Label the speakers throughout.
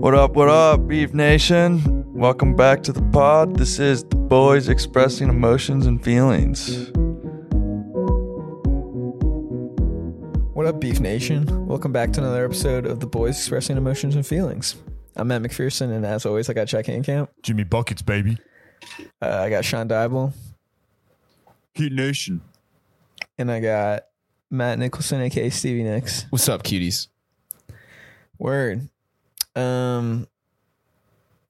Speaker 1: What up, what up, Beef Nation? Welcome back to the pod. This is the boys expressing emotions and feelings.
Speaker 2: What up, Beef Nation? Welcome back to another episode of The Boys Expressing Emotions and Feelings. I'm Matt McPherson, and as always, I got Jack Handcamp.
Speaker 3: Jimmy Buckets, baby.
Speaker 2: Uh, I got Sean Dybel,
Speaker 3: Heat Nation.
Speaker 2: and I got Matt Nicholson, aka Stevie Nicks.
Speaker 4: What's up, cuties?
Speaker 2: Word. Um,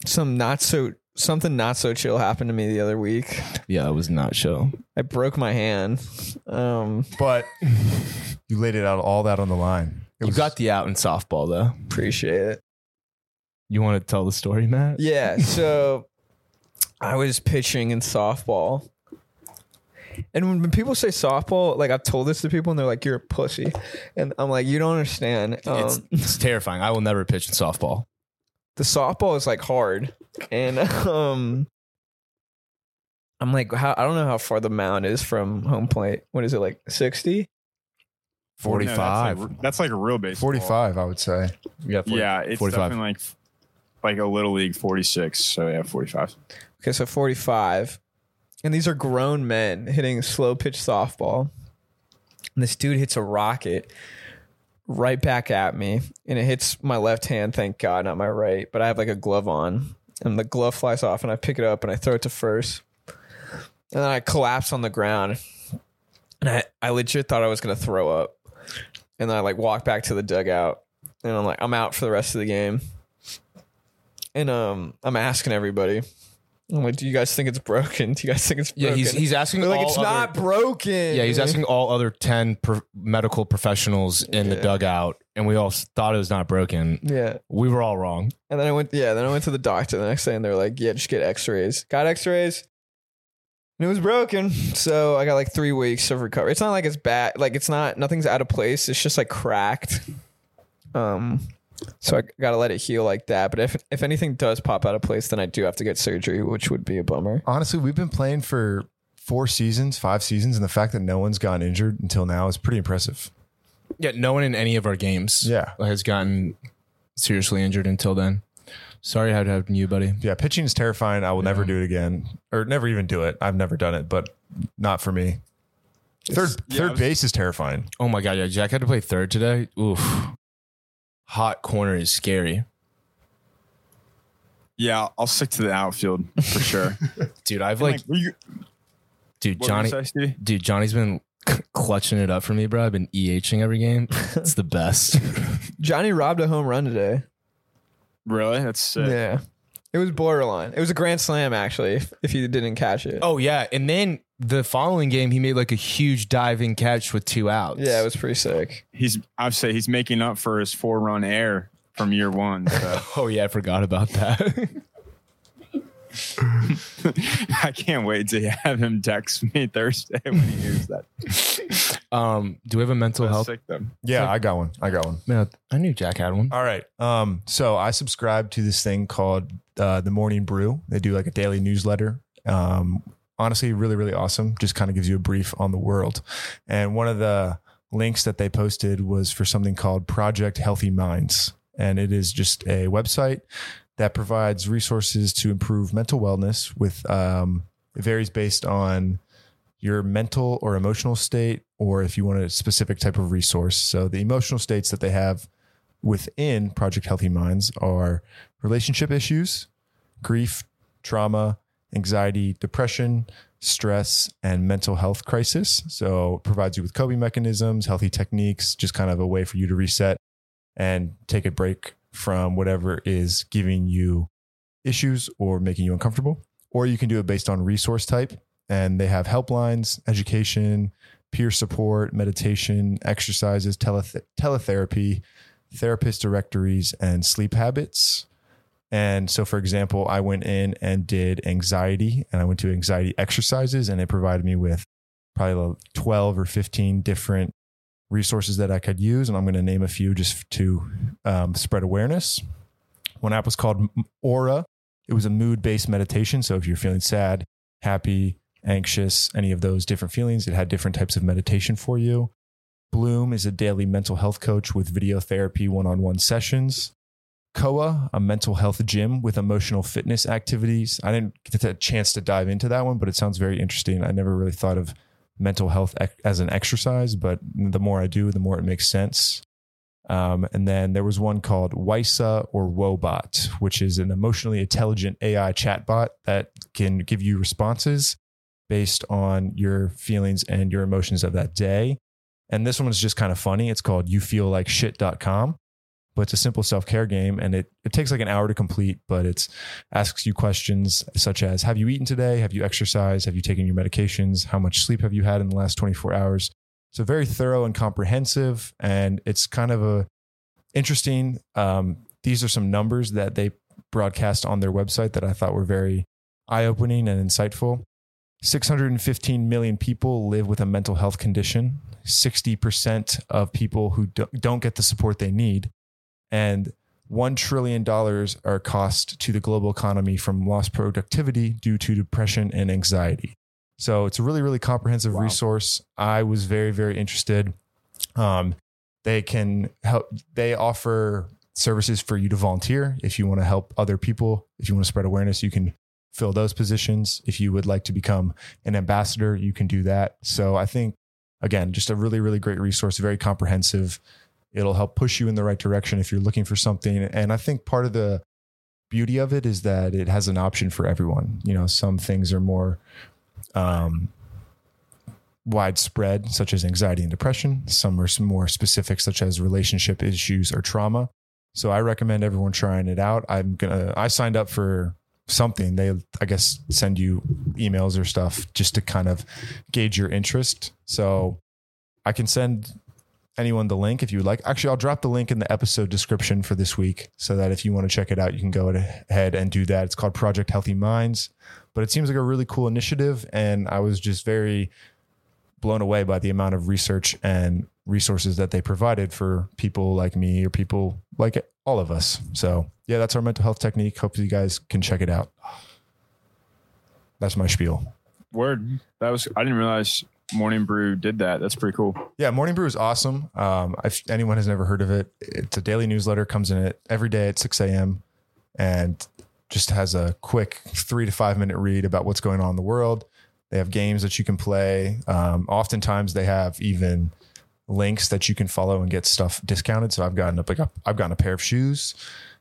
Speaker 2: some not so something not so chill happened to me the other week.
Speaker 4: Yeah, that was not show.
Speaker 2: I broke my hand. Um,
Speaker 3: But you laid it out all that on the line. It
Speaker 4: You got the out in softball though.
Speaker 2: appreciate it.
Speaker 4: You want to tell the story, Matt?
Speaker 2: Yeah, so I was pitching in softball. And when when people say softball, like I've told this to people and they're like, you're a pussy. And I'm like, you don't understand. Um,
Speaker 4: It's, it's terrifying. I will never pitch in softball.
Speaker 2: the softball is like hard. And um, I'm like, how, I don't know how far the mound is from home plate. What is it, like 60?
Speaker 5: No, that's,
Speaker 4: 45.
Speaker 5: like, that's like a real baseball.
Speaker 3: 45, I would say.
Speaker 4: yeah, 40.
Speaker 5: yeah, it's
Speaker 4: 45.
Speaker 5: definitely like like a little league forty six. So yeah, forty five.
Speaker 2: Okay, so 45. And these are grown men hitting slow pitch softball. And this dude hits a rocket right back at me. And it hits my left hand, thank God, not my right. But I have like a glove on. And the glove flies off, and I pick it up and I throw it to first. And then I collapse on the ground. And I, I legit thought I was going to throw up. And then I like walk back to the dugout. And I'm like, I'm out for the rest of the game. And um, I'm asking everybody. I'm like, do you guys think it's broken? Do you guys think it's broken?
Speaker 4: Yeah, he's he's asking
Speaker 2: They're like
Speaker 4: all
Speaker 2: it's
Speaker 4: other-
Speaker 2: not broken.
Speaker 4: Yeah, he's asking all other 10 pro- medical professionals in the
Speaker 2: Yeah.
Speaker 4: dugout and we all s- thought it was not broken.
Speaker 2: Yeah,
Speaker 4: We were all wrong.
Speaker 2: and then I went. Yeah, then I went to the doctor the next day, and they're like, yeah, just get X-rays. Got X-rays, and it was broken. So I got like three weeks of recovery. It's not like it's bad. Like it's not nothing's out of place. It's just like cracked. Um, so I gotta let it heal like that. But if if anything does pop out of place, then I do have to get surgery, which would be a bummer.
Speaker 3: Honestly, we've been playing for four seasons, five seasons, and the fact that no one's gotten injured until now is pretty impressive.
Speaker 4: Yeah, no one in any of our games
Speaker 3: Yeah.
Speaker 4: has gotten seriously injured until then. Sorry how it happened to you, buddy.
Speaker 3: Yeah, pitching is terrifying. I will never do it again, or never even do it. I've never done it, but not for me. Third,
Speaker 5: yeah, I
Speaker 3: third
Speaker 5: was-
Speaker 3: base is terrifying.
Speaker 4: Oh my god, yeah, Jack had to play third today. Oof. Hot corner is scary.
Speaker 5: Yeah, I'll stick to the outfield for sure.
Speaker 4: Dude, I've
Speaker 5: like,
Speaker 4: like
Speaker 5: were you,
Speaker 4: dude,
Speaker 5: what
Speaker 4: Johnny
Speaker 5: Were you say, Stevie?
Speaker 4: dude, Johnny's been clutching it up for me, bro. I've been EHing every game. It's the best.
Speaker 2: Johnny robbed a home run today.
Speaker 5: really? That's sick.
Speaker 2: Yeah. It was borderline. It was a grand slam, actually, if, if you didn't catch it.
Speaker 4: oh yeah, and then the following game he made like a huge diving catch with two outs.
Speaker 2: Yeah, it was pretty sick.
Speaker 5: He's I'd say he's making up for his four run error from year one. So
Speaker 4: Oh yeah, I forgot about that.
Speaker 5: I can't wait to have him text me Thursday when he hears that.
Speaker 4: um, do we have a mental
Speaker 5: That's
Speaker 4: health?
Speaker 5: sick though.
Speaker 3: Yeah, I got one. I got one.
Speaker 4: Man, I knew Jack had one.
Speaker 3: All right. Um, so I subscribe to this thing called uh, the Morning Brew. They do like a daily newsletter. Um, honestly, really, really awesome. Just kind of gives you a brief on the world. And one of the links that they posted was for something called Project Healthy Minds, and it is just a website that provides resources to improve mental wellness. With um, it varies based on your mental or emotional state, or if you want a specific type of resource. So the emotional states that they have within Project Healthy Minds are relationship issues, grief, trauma, anxiety, depression, stress, and mental health crisis. So it provides you with coping mechanisms, healthy techniques, just kind of a way for you to reset and take a break from whatever is giving you issues or making you uncomfortable. Or you can do it based on resource type. And they have helplines, education, peer support, meditation, exercises, teleth- teletherapy, therapist directories, and sleep habits. And so, for example, I went in and did anxiety, and I went to anxiety exercises, and it provided me with probably like 12 or 15 different resources that I could use. And I'm going to name a few just to um, spread awareness. One app was called M- Aura, it was a mood based meditation. So, if you're feeling sad, happy, anxious, any of those different feelings, it had different types of meditation for you. Bloom is a daily mental health coach with video therapy one on one sessions. Koa, a mental health gym with emotional fitness activities. I didn't get a chance to dive into that one, but it sounds very interesting. I never really thought of mental health ec- as an exercise, but the more I do, the more it makes sense. Um, and then there was one called Wisa or Wobot, which is an emotionally intelligent AI chatbot that can give you responses based on your feelings and your emotions of that day. And this one was just kind of funny. It's called you feel like shit.com. But it's a simple self care game and it, it takes like an hour to complete, but it's asks you questions such as Have you eaten today? Have you exercised? Have you taken your medications? How much sleep have you had in the last 24 hours? So very thorough and comprehensive. And it's kind of a interesting. Um, these are some numbers that they broadcast on their website that I thought were very eye opening and insightful. 615 million people live with a mental health condition. 60% of people who do- don't get the support they need. And $1 trillion are cost to the global economy from lost productivity due to depression and anxiety. So it's a really, really comprehensive resource. I was very, very interested. Um, they can help, they offer services for you to volunteer if you want to help other people, if you want to spread awareness, you can fill those positions. If you would like to become an ambassador, you can do that. So I think, again, just a really, really great resource, very comprehensive. It'll help push you in the right direction if you're looking for something. And I think part of the beauty of it is that it has an option for everyone. You know, some things are more um, widespread, such as anxiety and depression, some are s- more specific, such as relationship issues or trauma. So I recommend everyone trying it out. I'm gonna. I signed up for something. They, I guess, send you emails or stuff just to kind of gauge your interest. So I can send anyone the link if you would like. Actually, I'll drop the link in the episode description for this week so that if you want to check it out, you can go ahead and do that. It's called Project Healthy Minds, but it seems like a really cool initiative. And I was just very blown away by the amount of research and resources that they provided for people like me or people like all of us. So, yeah, that's our mental health technique. Hopefully, you guys can check it out. That's my spiel.
Speaker 5: Word. That was I didn't realize Morning Brew did that. That's pretty cool.
Speaker 3: Yeah, Morning Brew is awesome. Um, if anyone has never heard of it, it's a daily newsletter. Comes in it every day at six a.m. and just has a quick three to five minute read about what's going on in the world. They have games that you can play. Um, oftentimes, they have even links that you can follow and get stuff discounted. So I've gotten up like a, I've gotten a pair of shoes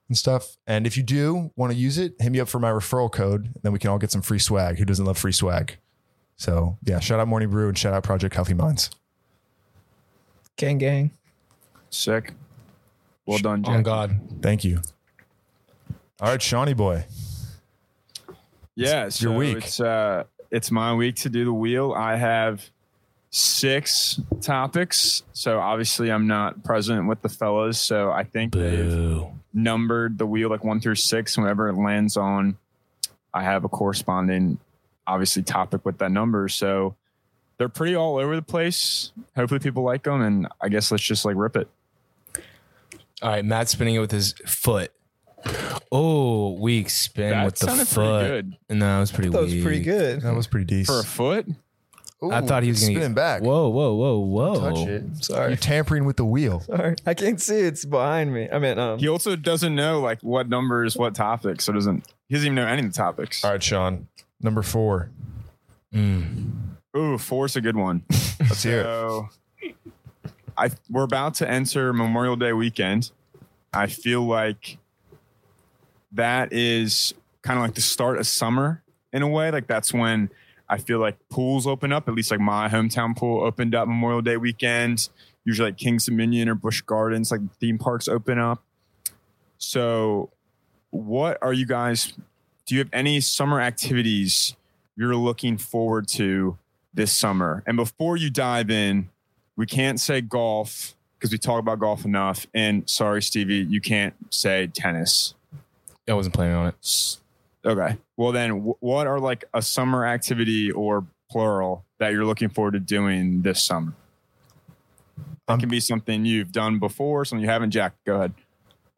Speaker 3: and stuff. And if you do want to use it, hit me up for my referral code. Then we can all get some free swag. Who doesn't love free swag? So yeah, shout out Morning Brew and shout out Project Healthy Minds.
Speaker 2: Gang, gang.
Speaker 5: Sick. Well
Speaker 4: On
Speaker 5: done, Jack.
Speaker 4: Oh, God.
Speaker 3: Thank you. All right, Shawnee boy.
Speaker 5: Yeah,
Speaker 3: It's your
Speaker 5: so
Speaker 3: week.
Speaker 5: It's uh, it's my week to do the wheel. I have six topics, so obviously I'm not present with the fellas. So I think they've
Speaker 4: Boo.
Speaker 5: numbered the wheel like one through six. Whenever it lands on, I have a corresponding, obviously topic with that number. So they're pretty all over the place. Hopefully people like them, and I guess let's just like rip it.
Speaker 4: All right, Matt's spinning it with his foot. Oh, weak spin
Speaker 5: That
Speaker 4: with the
Speaker 5: sounded
Speaker 4: foot.
Speaker 5: pretty good.
Speaker 4: No, it was pretty.
Speaker 2: That was
Speaker 4: weak.
Speaker 2: pretty good.
Speaker 3: That was pretty
Speaker 5: For a
Speaker 3: decent.
Speaker 5: foot,
Speaker 4: I thought he was gonna
Speaker 3: spinning
Speaker 4: get-
Speaker 3: back.
Speaker 4: Whoa, whoa, whoa, whoa!
Speaker 3: You're
Speaker 2: Sorry.
Speaker 3: tampering with the wheel.
Speaker 2: Sorry. I can't see. It's behind me. I mean, um,
Speaker 5: he also doesn't know like what number is what topic, so doesn't he doesn't even know any of the topics.
Speaker 3: right, Sean. Number four.
Speaker 5: Ooh, four's a good one.
Speaker 3: Let's hear it.
Speaker 5: So, I we're about to enter Memorial Day weekend. I feel like that is kind of like the start of summer in a way. Like that's when I feel like pools open up. At least like my hometown pool opened up Memorial Day weekend. Usually like Kings Dominion or Busch Gardens, like theme parks open up. So, what are you guys? Do you have any summer activities you're looking forward to this summer. And before you dive in, we can't say golf because we talk about golf enough. And sorry, Stevie, you can't say tennis.
Speaker 4: I wasn't planning on it.
Speaker 5: S- Okay. Well, then, wh- what are like a summer activity or plural that you're looking forward to doing this summer? That
Speaker 3: Um,
Speaker 5: can be something you've done before, something you haven't, Jack. Go ahead.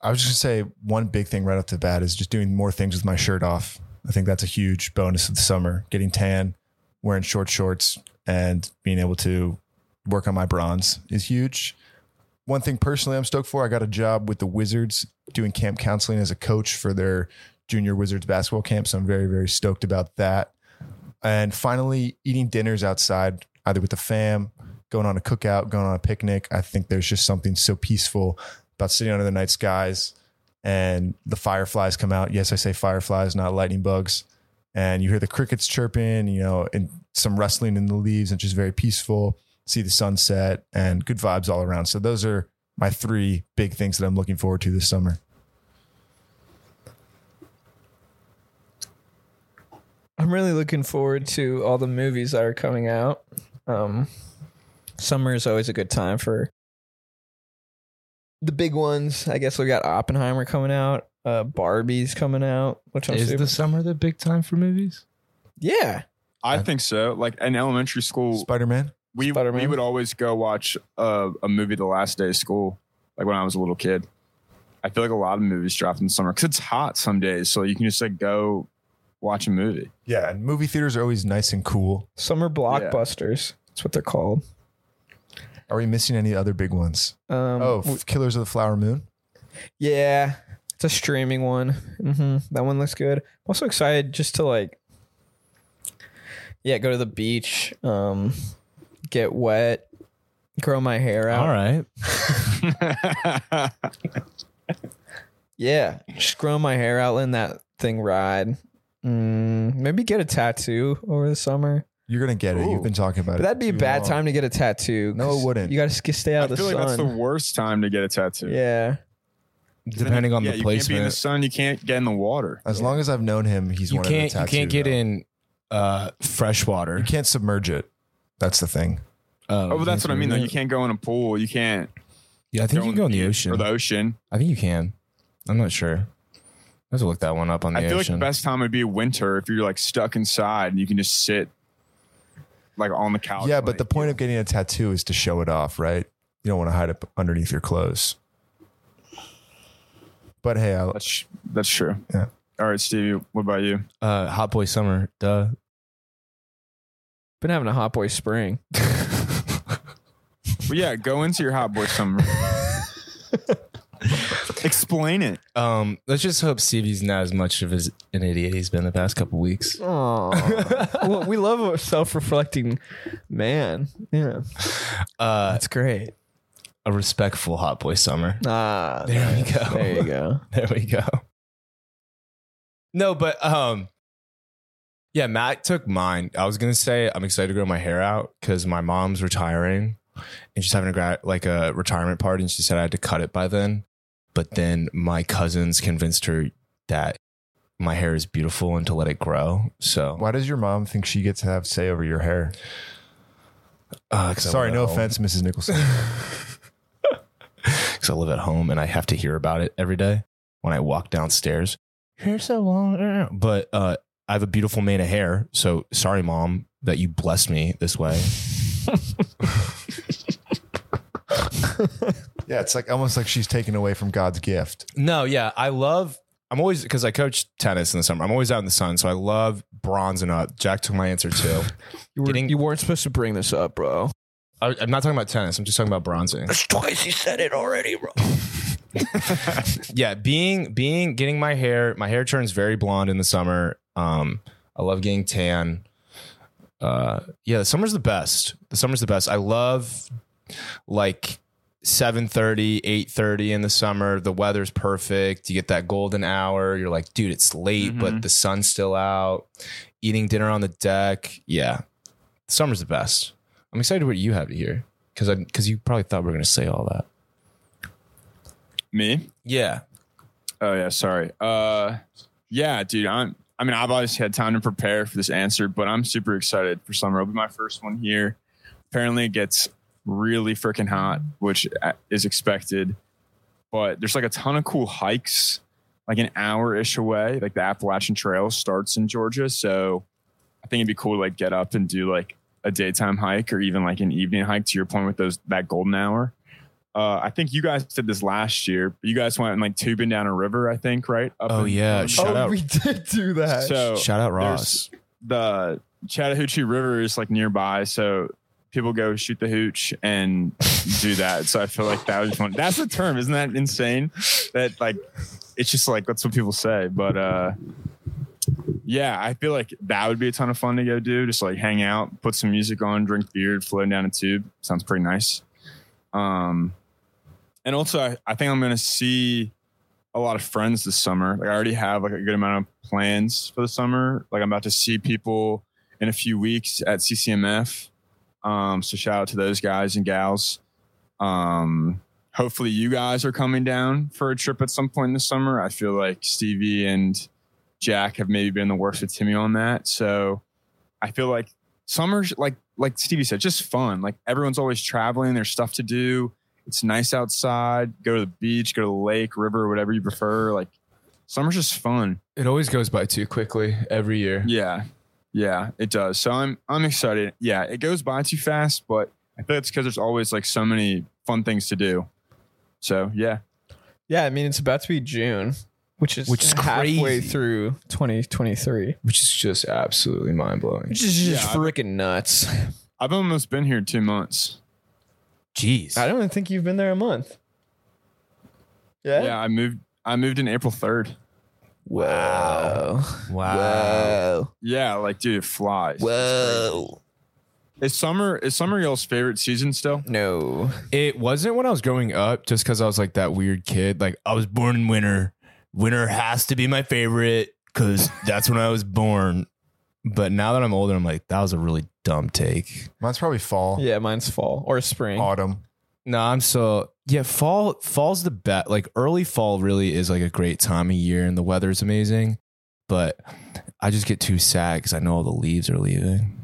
Speaker 3: I was just gonna say one big thing right off the bat is just doing more things with my shirt off. I think that's a huge bonus of the summer. Getting tan, wearing short shorts, and being able to work on my bronze is huge. one thing personally I'm stoked for, I got a job with the Wizards doing camp counseling as a coach for their junior Wizards basketball camp. So I'm very, very stoked about that. And finally, eating dinners outside, either with the fam, going on a cookout, going on a picnic. I think there's just something so peaceful about sitting under the night skies and the fireflies come out. Yes, I say fireflies, not lightning bugs. And you hear the crickets chirping, you know, and some rustling in the leaves, and just very peaceful. See the sunset and good vibes all around. So those are my three big things that I'm looking forward to this summer.
Speaker 2: I'm really looking forward to all the movies that are coming out. Um, summer is always a good time for the big ones. I guess we got Oppenheimer coming out, uh, Barbie's coming out, which I'm
Speaker 4: Is
Speaker 2: super-
Speaker 4: the summer the big time for movies?
Speaker 2: yeah.
Speaker 5: I think so. Like in elementary school,
Speaker 3: Spider Man.
Speaker 5: we
Speaker 2: Spider-Man?
Speaker 5: we would always go watch uh, a, a movie the last day of school, like when I was a little kid. I feel like a lot of movies dropped in the summer because it's hot some days, so you can just like go watch a movie.
Speaker 3: Yeah, and movie theaters are always nice and cool.
Speaker 2: Summer blockbusters. That's what they're called.
Speaker 3: Are we missing any other big ones?
Speaker 2: Um,
Speaker 3: Oh, F- Killers of the Flower Moon.
Speaker 2: Yeah, it's a streaming one. hmm That one looks good. I'm also excited just to like, yeah, go to the beach, um, get wet, grow my hair out.
Speaker 4: All right.
Speaker 2: Yeah, just grow my hair out, letting that thing ride. Mm, maybe get a tattoo over the summer.
Speaker 3: You're gonna get it. You've been talking about
Speaker 2: But
Speaker 3: it.
Speaker 2: that'd be a
Speaker 3: too
Speaker 2: bad
Speaker 3: long.
Speaker 2: time to get a tattoo.
Speaker 3: No,
Speaker 2: 'cause
Speaker 3: it wouldn't.
Speaker 2: You got to stay
Speaker 5: I
Speaker 2: out
Speaker 5: feel
Speaker 2: of the
Speaker 5: like that's
Speaker 2: sun.
Speaker 5: the worst time to get a tattoo.
Speaker 2: yeah.
Speaker 4: Depending on
Speaker 5: Yeah,
Speaker 4: the
Speaker 5: you can't be in the
Speaker 4: placement.
Speaker 5: sun. You can't get in the water.
Speaker 3: As long as I've known him, he's
Speaker 4: you
Speaker 3: wanted
Speaker 4: can't
Speaker 3: A
Speaker 4: you
Speaker 3: tattoo,
Speaker 4: can't get
Speaker 3: though.
Speaker 4: in uh fresh water. Uh,
Speaker 3: You can't submerge it. That's the thing.
Speaker 5: Oh, but that's what I mean. Though you can't go in a pool. You can't.
Speaker 4: Yeah, I think you can go in the
Speaker 5: beach
Speaker 4: ocean.
Speaker 5: or the ocean.
Speaker 4: I think you can. I'm not sure. I have to look that one up on the
Speaker 5: I feel
Speaker 4: ocean.
Speaker 5: like the best time would be winter if you're like stuck inside and you can just sit like on the couch.
Speaker 3: yeah,
Speaker 5: and,
Speaker 3: but the
Speaker 5: like,
Speaker 3: point of getting a tattoo is to show it off, right? You don't want to hide it underneath your clothes. But hey, I,
Speaker 5: that's that's true.
Speaker 3: Yeah.
Speaker 5: All right, Stevie. What about you?
Speaker 4: uh, hot boy summer, duh.
Speaker 2: Been having a hot boy spring.
Speaker 5: Well, yeah, go into your hot boy summer. Explain it.
Speaker 4: Um, let's just hope Stevie's not as much of as an idiot he's been the past couple weeks.
Speaker 2: Aw. well, we love a self-reflecting man. Yeah,
Speaker 4: Uh,
Speaker 2: that's great.
Speaker 4: a respectful hot boy summer.
Speaker 2: Ah,
Speaker 4: There we go.
Speaker 2: There you go.
Speaker 4: There we go. No, but um yeah, Matt took mine. I was gonna say I'm excited to grow my hair out because my mom's retiring and she's having a gra- like a retirement party and she said I had to cut it by then. But then my cousins convinced her that my hair is beautiful and to let it grow. So
Speaker 3: why does your mom think she gets to have say over your hair?
Speaker 4: uh, 'cause I
Speaker 3: Sorry,
Speaker 4: live
Speaker 3: no
Speaker 4: at home.
Speaker 3: offense, Mrs. Nicholson.
Speaker 4: because I live at home and I have to hear about it every day when I walk downstairs. Hair so long, er, but uh, I have a beautiful mane of hair. So sorry, mom, that you blessed me this way.
Speaker 3: yeah, it's like almost like she's taken away from God's gift.
Speaker 4: No, yeah, I love. I'm always because I coach tennis in the summer. I'm always out in the sun, so I love bronzing up. Jack took my answer too.
Speaker 2: You, were,
Speaker 4: Getting-
Speaker 2: you weren't supposed to bring this up, bro.
Speaker 4: I, I'm not talking about tennis. I'm just talking about bronzing.
Speaker 2: Twice you said it already, bro.
Speaker 4: yeah, being being getting my hair, my hair turns very blonde in the summer. Um, I love getting tan. Uh, yeah, the summer's the best. The summer's the best. I love like 7:30, 8:30 in the summer. The weather's perfect. You get that golden hour. You're like, dude, it's late, but the sun's still out. Eating dinner on the deck. Yeah. Summer's the best. I'm excited what you have to hear cuz I cuz you probably thought we were going to say all that.
Speaker 5: Me?
Speaker 4: Yeah.
Speaker 5: Oh yeah, sorry. Uh, yeah, dude. I'm. I mean, I've obviously had time to prepare for this answer, but I'm super excited for summer. It'll be my first one here. Apparently, it gets really freaking hot, which uh, is expected. But there's like a ton of cool hikes, like an hour ish away. Like the Appalachian Trail starts in Georgia, so I think it'd be cool to like get up and do like a daytime hike or even like an evening hike. To your point with those that golden hour uh, I think you guys did this last year. but You guys went like tubing down a river, I think, right? Up
Speaker 4: Oh,
Speaker 5: in-
Speaker 4: yeah. Shout
Speaker 2: oh,
Speaker 4: out-
Speaker 2: we did do that.
Speaker 5: So
Speaker 4: Shout out
Speaker 5: there's-
Speaker 4: Ross.
Speaker 5: the Chattahoochee River is like nearby, so people go shoot the hooch and do that. So I feel like that was one. That's the term, isn't that insane? That like it's just like that's what people say. But uh yeah, I feel like that would be a ton of fun to go do. Just like hang out, put some music on, drink beer, float down a tube. Sounds pretty nice. Um and also I, I think I'm gonna see a lot of friends this summer. Like I already have like a good amount of plans for the summer. Like I'm about to see people in a few weeks at CCMF. Um, so shout out to those guys and gals. Um, hopefully you guys are coming down for a trip at some point this summer. I feel like Stevie and Jack have maybe been the worst with Timmy on that. So I feel like summer's like like Stevie said, just fun. Like everyone's always traveling, there's stuff to do. It's nice outside. Go to the beach, go to the lake, river, whatever you prefer. Like summer's just fun.
Speaker 4: It always goes by too quickly every year.
Speaker 5: Yeah. Yeah, it does. So I'm I'm excited. Yeah, it goes by too fast, but I think it's because there's always like so many fun things to do. So yeah.
Speaker 2: Yeah, I mean it's about to be June, which is
Speaker 4: Which is
Speaker 2: halfway
Speaker 4: crazy.
Speaker 2: through 2023.
Speaker 4: Which is just absolutely mind blowing.
Speaker 2: Which is just
Speaker 5: Yeah.
Speaker 2: freaking nuts.
Speaker 5: I've almost been here two months.
Speaker 4: Jeez.
Speaker 2: I don't even think you've been there a month. Yeah.
Speaker 5: Yeah, I moved I moved in April third.
Speaker 2: Wow.
Speaker 4: wow.
Speaker 5: Yeah, like dude, it flies.
Speaker 2: Uh, Whoa.
Speaker 5: Is summer is summer y'all's favorite season still?
Speaker 2: No.
Speaker 4: It wasn't when I was growing up, just because I was like that weird kid. Like I was born in winter. Winter has to be my favorite because that's when I was born. But now that I'm older, I'm like, that was a really dumb take.
Speaker 3: Mine's probably fall,
Speaker 2: Yeah, mine's fall or spring.
Speaker 3: autumn.
Speaker 4: No, I'm so yeah. Fall fall's the best. Like early fall really is like a great time of year, and the weather's amazing. But I just get too sad because I know all the leaves are leaving.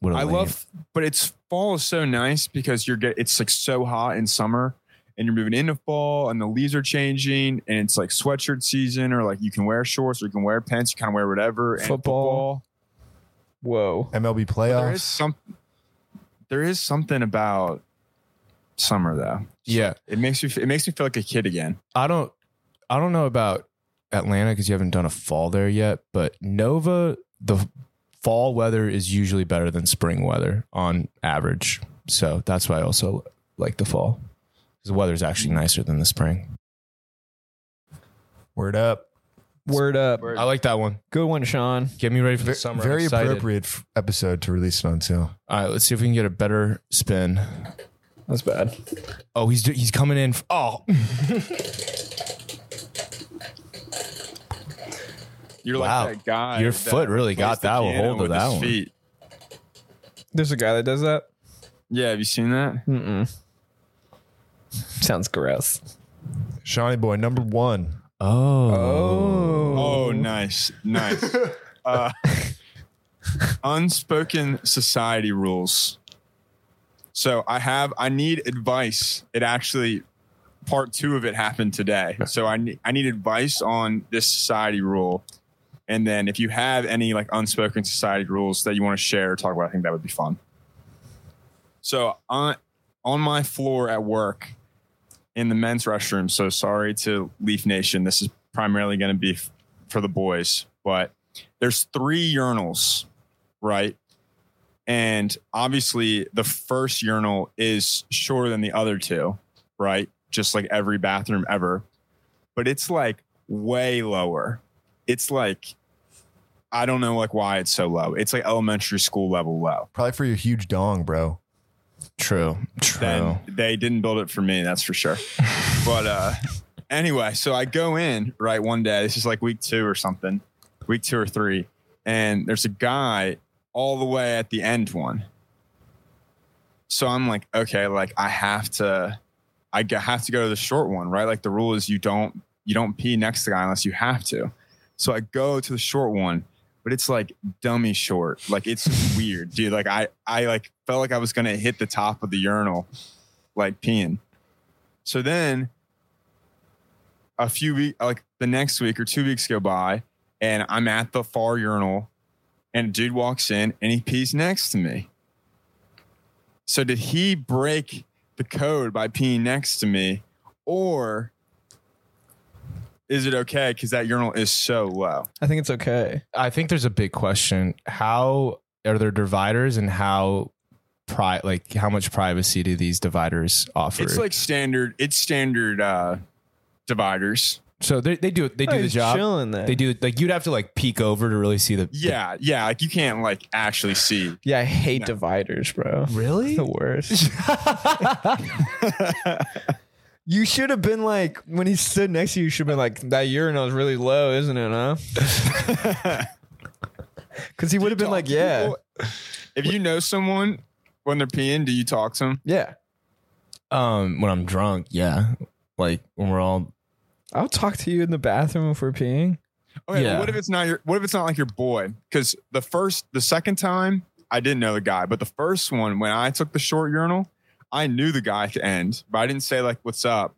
Speaker 4: What a
Speaker 5: I
Speaker 4: lame.
Speaker 5: love but it's fall is so nice because you're get it's like so hot in summer and you're moving into fall and the leaves are changing and it's like sweatshirt season or like you can wear shorts or you can wear pants, you kinda wear whatever. and
Speaker 2: Football. Whoa.
Speaker 3: MLB
Speaker 5: There
Speaker 3: playoffs.
Speaker 5: is some. There is something about summer though.
Speaker 4: Yeah,
Speaker 5: It makes me. It makes me feel like a kid again.
Speaker 4: I don't I don't know about Atlanta because you haven't done a fall there yet, but Nova the fall weather is usually better than spring weather on average. So that's why I also like the fall. 'Cause The weather's actually nicer than the spring.
Speaker 3: Word up.
Speaker 2: Word up.
Speaker 4: I like that one.
Speaker 2: Good one, Sean.
Speaker 4: Get me ready for the
Speaker 3: Ve-
Speaker 4: summer. I'm
Speaker 3: very
Speaker 4: excited.
Speaker 3: appropriate f- episode to release it on too.
Speaker 4: All right, let's see if we can get a better spin.
Speaker 2: That's bad.
Speaker 4: Oh, he's do- he's coming in. f- oh,
Speaker 5: You're
Speaker 4: Wow.
Speaker 5: like that guy.
Speaker 4: Your
Speaker 5: that
Speaker 4: foot really
Speaker 5: plays
Speaker 4: got
Speaker 5: the
Speaker 4: that one
Speaker 5: piano
Speaker 4: hold of
Speaker 5: with
Speaker 4: that
Speaker 5: his
Speaker 4: one.
Speaker 5: Feet.
Speaker 2: There's a guy that does that.
Speaker 5: Yeah, have you seen that?
Speaker 2: Mm-mm. Sounds gross.
Speaker 3: Shawnee boy number one.
Speaker 4: oh,
Speaker 5: Oh, nice, nice. uh, unspoken society rules. So I have. I need advice. It actually, part two of it happened today. So I need. I need advice on this society rule. And then, if you have any like unspoken society rules that you want to share or talk about, I think that would be fun. So on on my floor at work, in the men's restroom. So sorry to Leaf Nation. This is primarily going to be f- for the boys, but there's three urinals, right? And obviously, the first urinal is shorter than the other two, right? Just like every bathroom ever, but it's like way lower. It's like I don't know like why it's so low. It's like elementary school level low.
Speaker 3: Probably for your huge dong, bro.
Speaker 4: true, true.
Speaker 5: Then they didn't build it for me, that's for sure. but uh anyway, so I go in right one day. This is like week two or something, week two or three, and there's a guy all the way at the end one. So I'm like, okay, like I have to, I g- have to go to the short one, right? Like the rule is you don't you don't pee next to the guy unless you have to. So I go to the short one, but it's like dummy short. Like it's weird, dude. Like I I like felt like I was gonna hit the top of the urinal, like peeing. So then a few week like the next week or two weeks go by, and I'm at the far urinal, and a dude walks in and he pees next to me. So did he break the code by peeing next to me, or is it okay because that urinal is so low?
Speaker 2: I think it's okay.
Speaker 4: I think there's a big question. How are there dividers and how pri- like how much privacy do these dividers offer?
Speaker 5: It's like standard. It's standard uh, dividers.
Speaker 4: so they, they do they do the
Speaker 2: Oh, He's
Speaker 4: job.
Speaker 2: chilling there.
Speaker 4: They do like you'd have to like peek over to really see the
Speaker 5: Yeah, yeah. Like you can't like actually see.
Speaker 2: Yeah, I hate dividers, bro.
Speaker 4: Really?
Speaker 2: The worst. you should have been like when he stood next to you. You should have been like that urinal is really low, isn't it? Huh? Because he would have been like, yeah,
Speaker 5: If you know someone when they're peeing, do you talk to them?
Speaker 2: yeah.
Speaker 4: Um, when I'm drunk, yeah. Like when we're all
Speaker 2: I'll talk to you in the bathroom if we're peeing.
Speaker 5: Okay,
Speaker 4: Yeah.
Speaker 5: but what if it's not your what if it's not like your boy? Because the first the second time I didn't know the guy, but the first one when I took the short urinal, I knew the guy at the end, but I didn't say like what's up.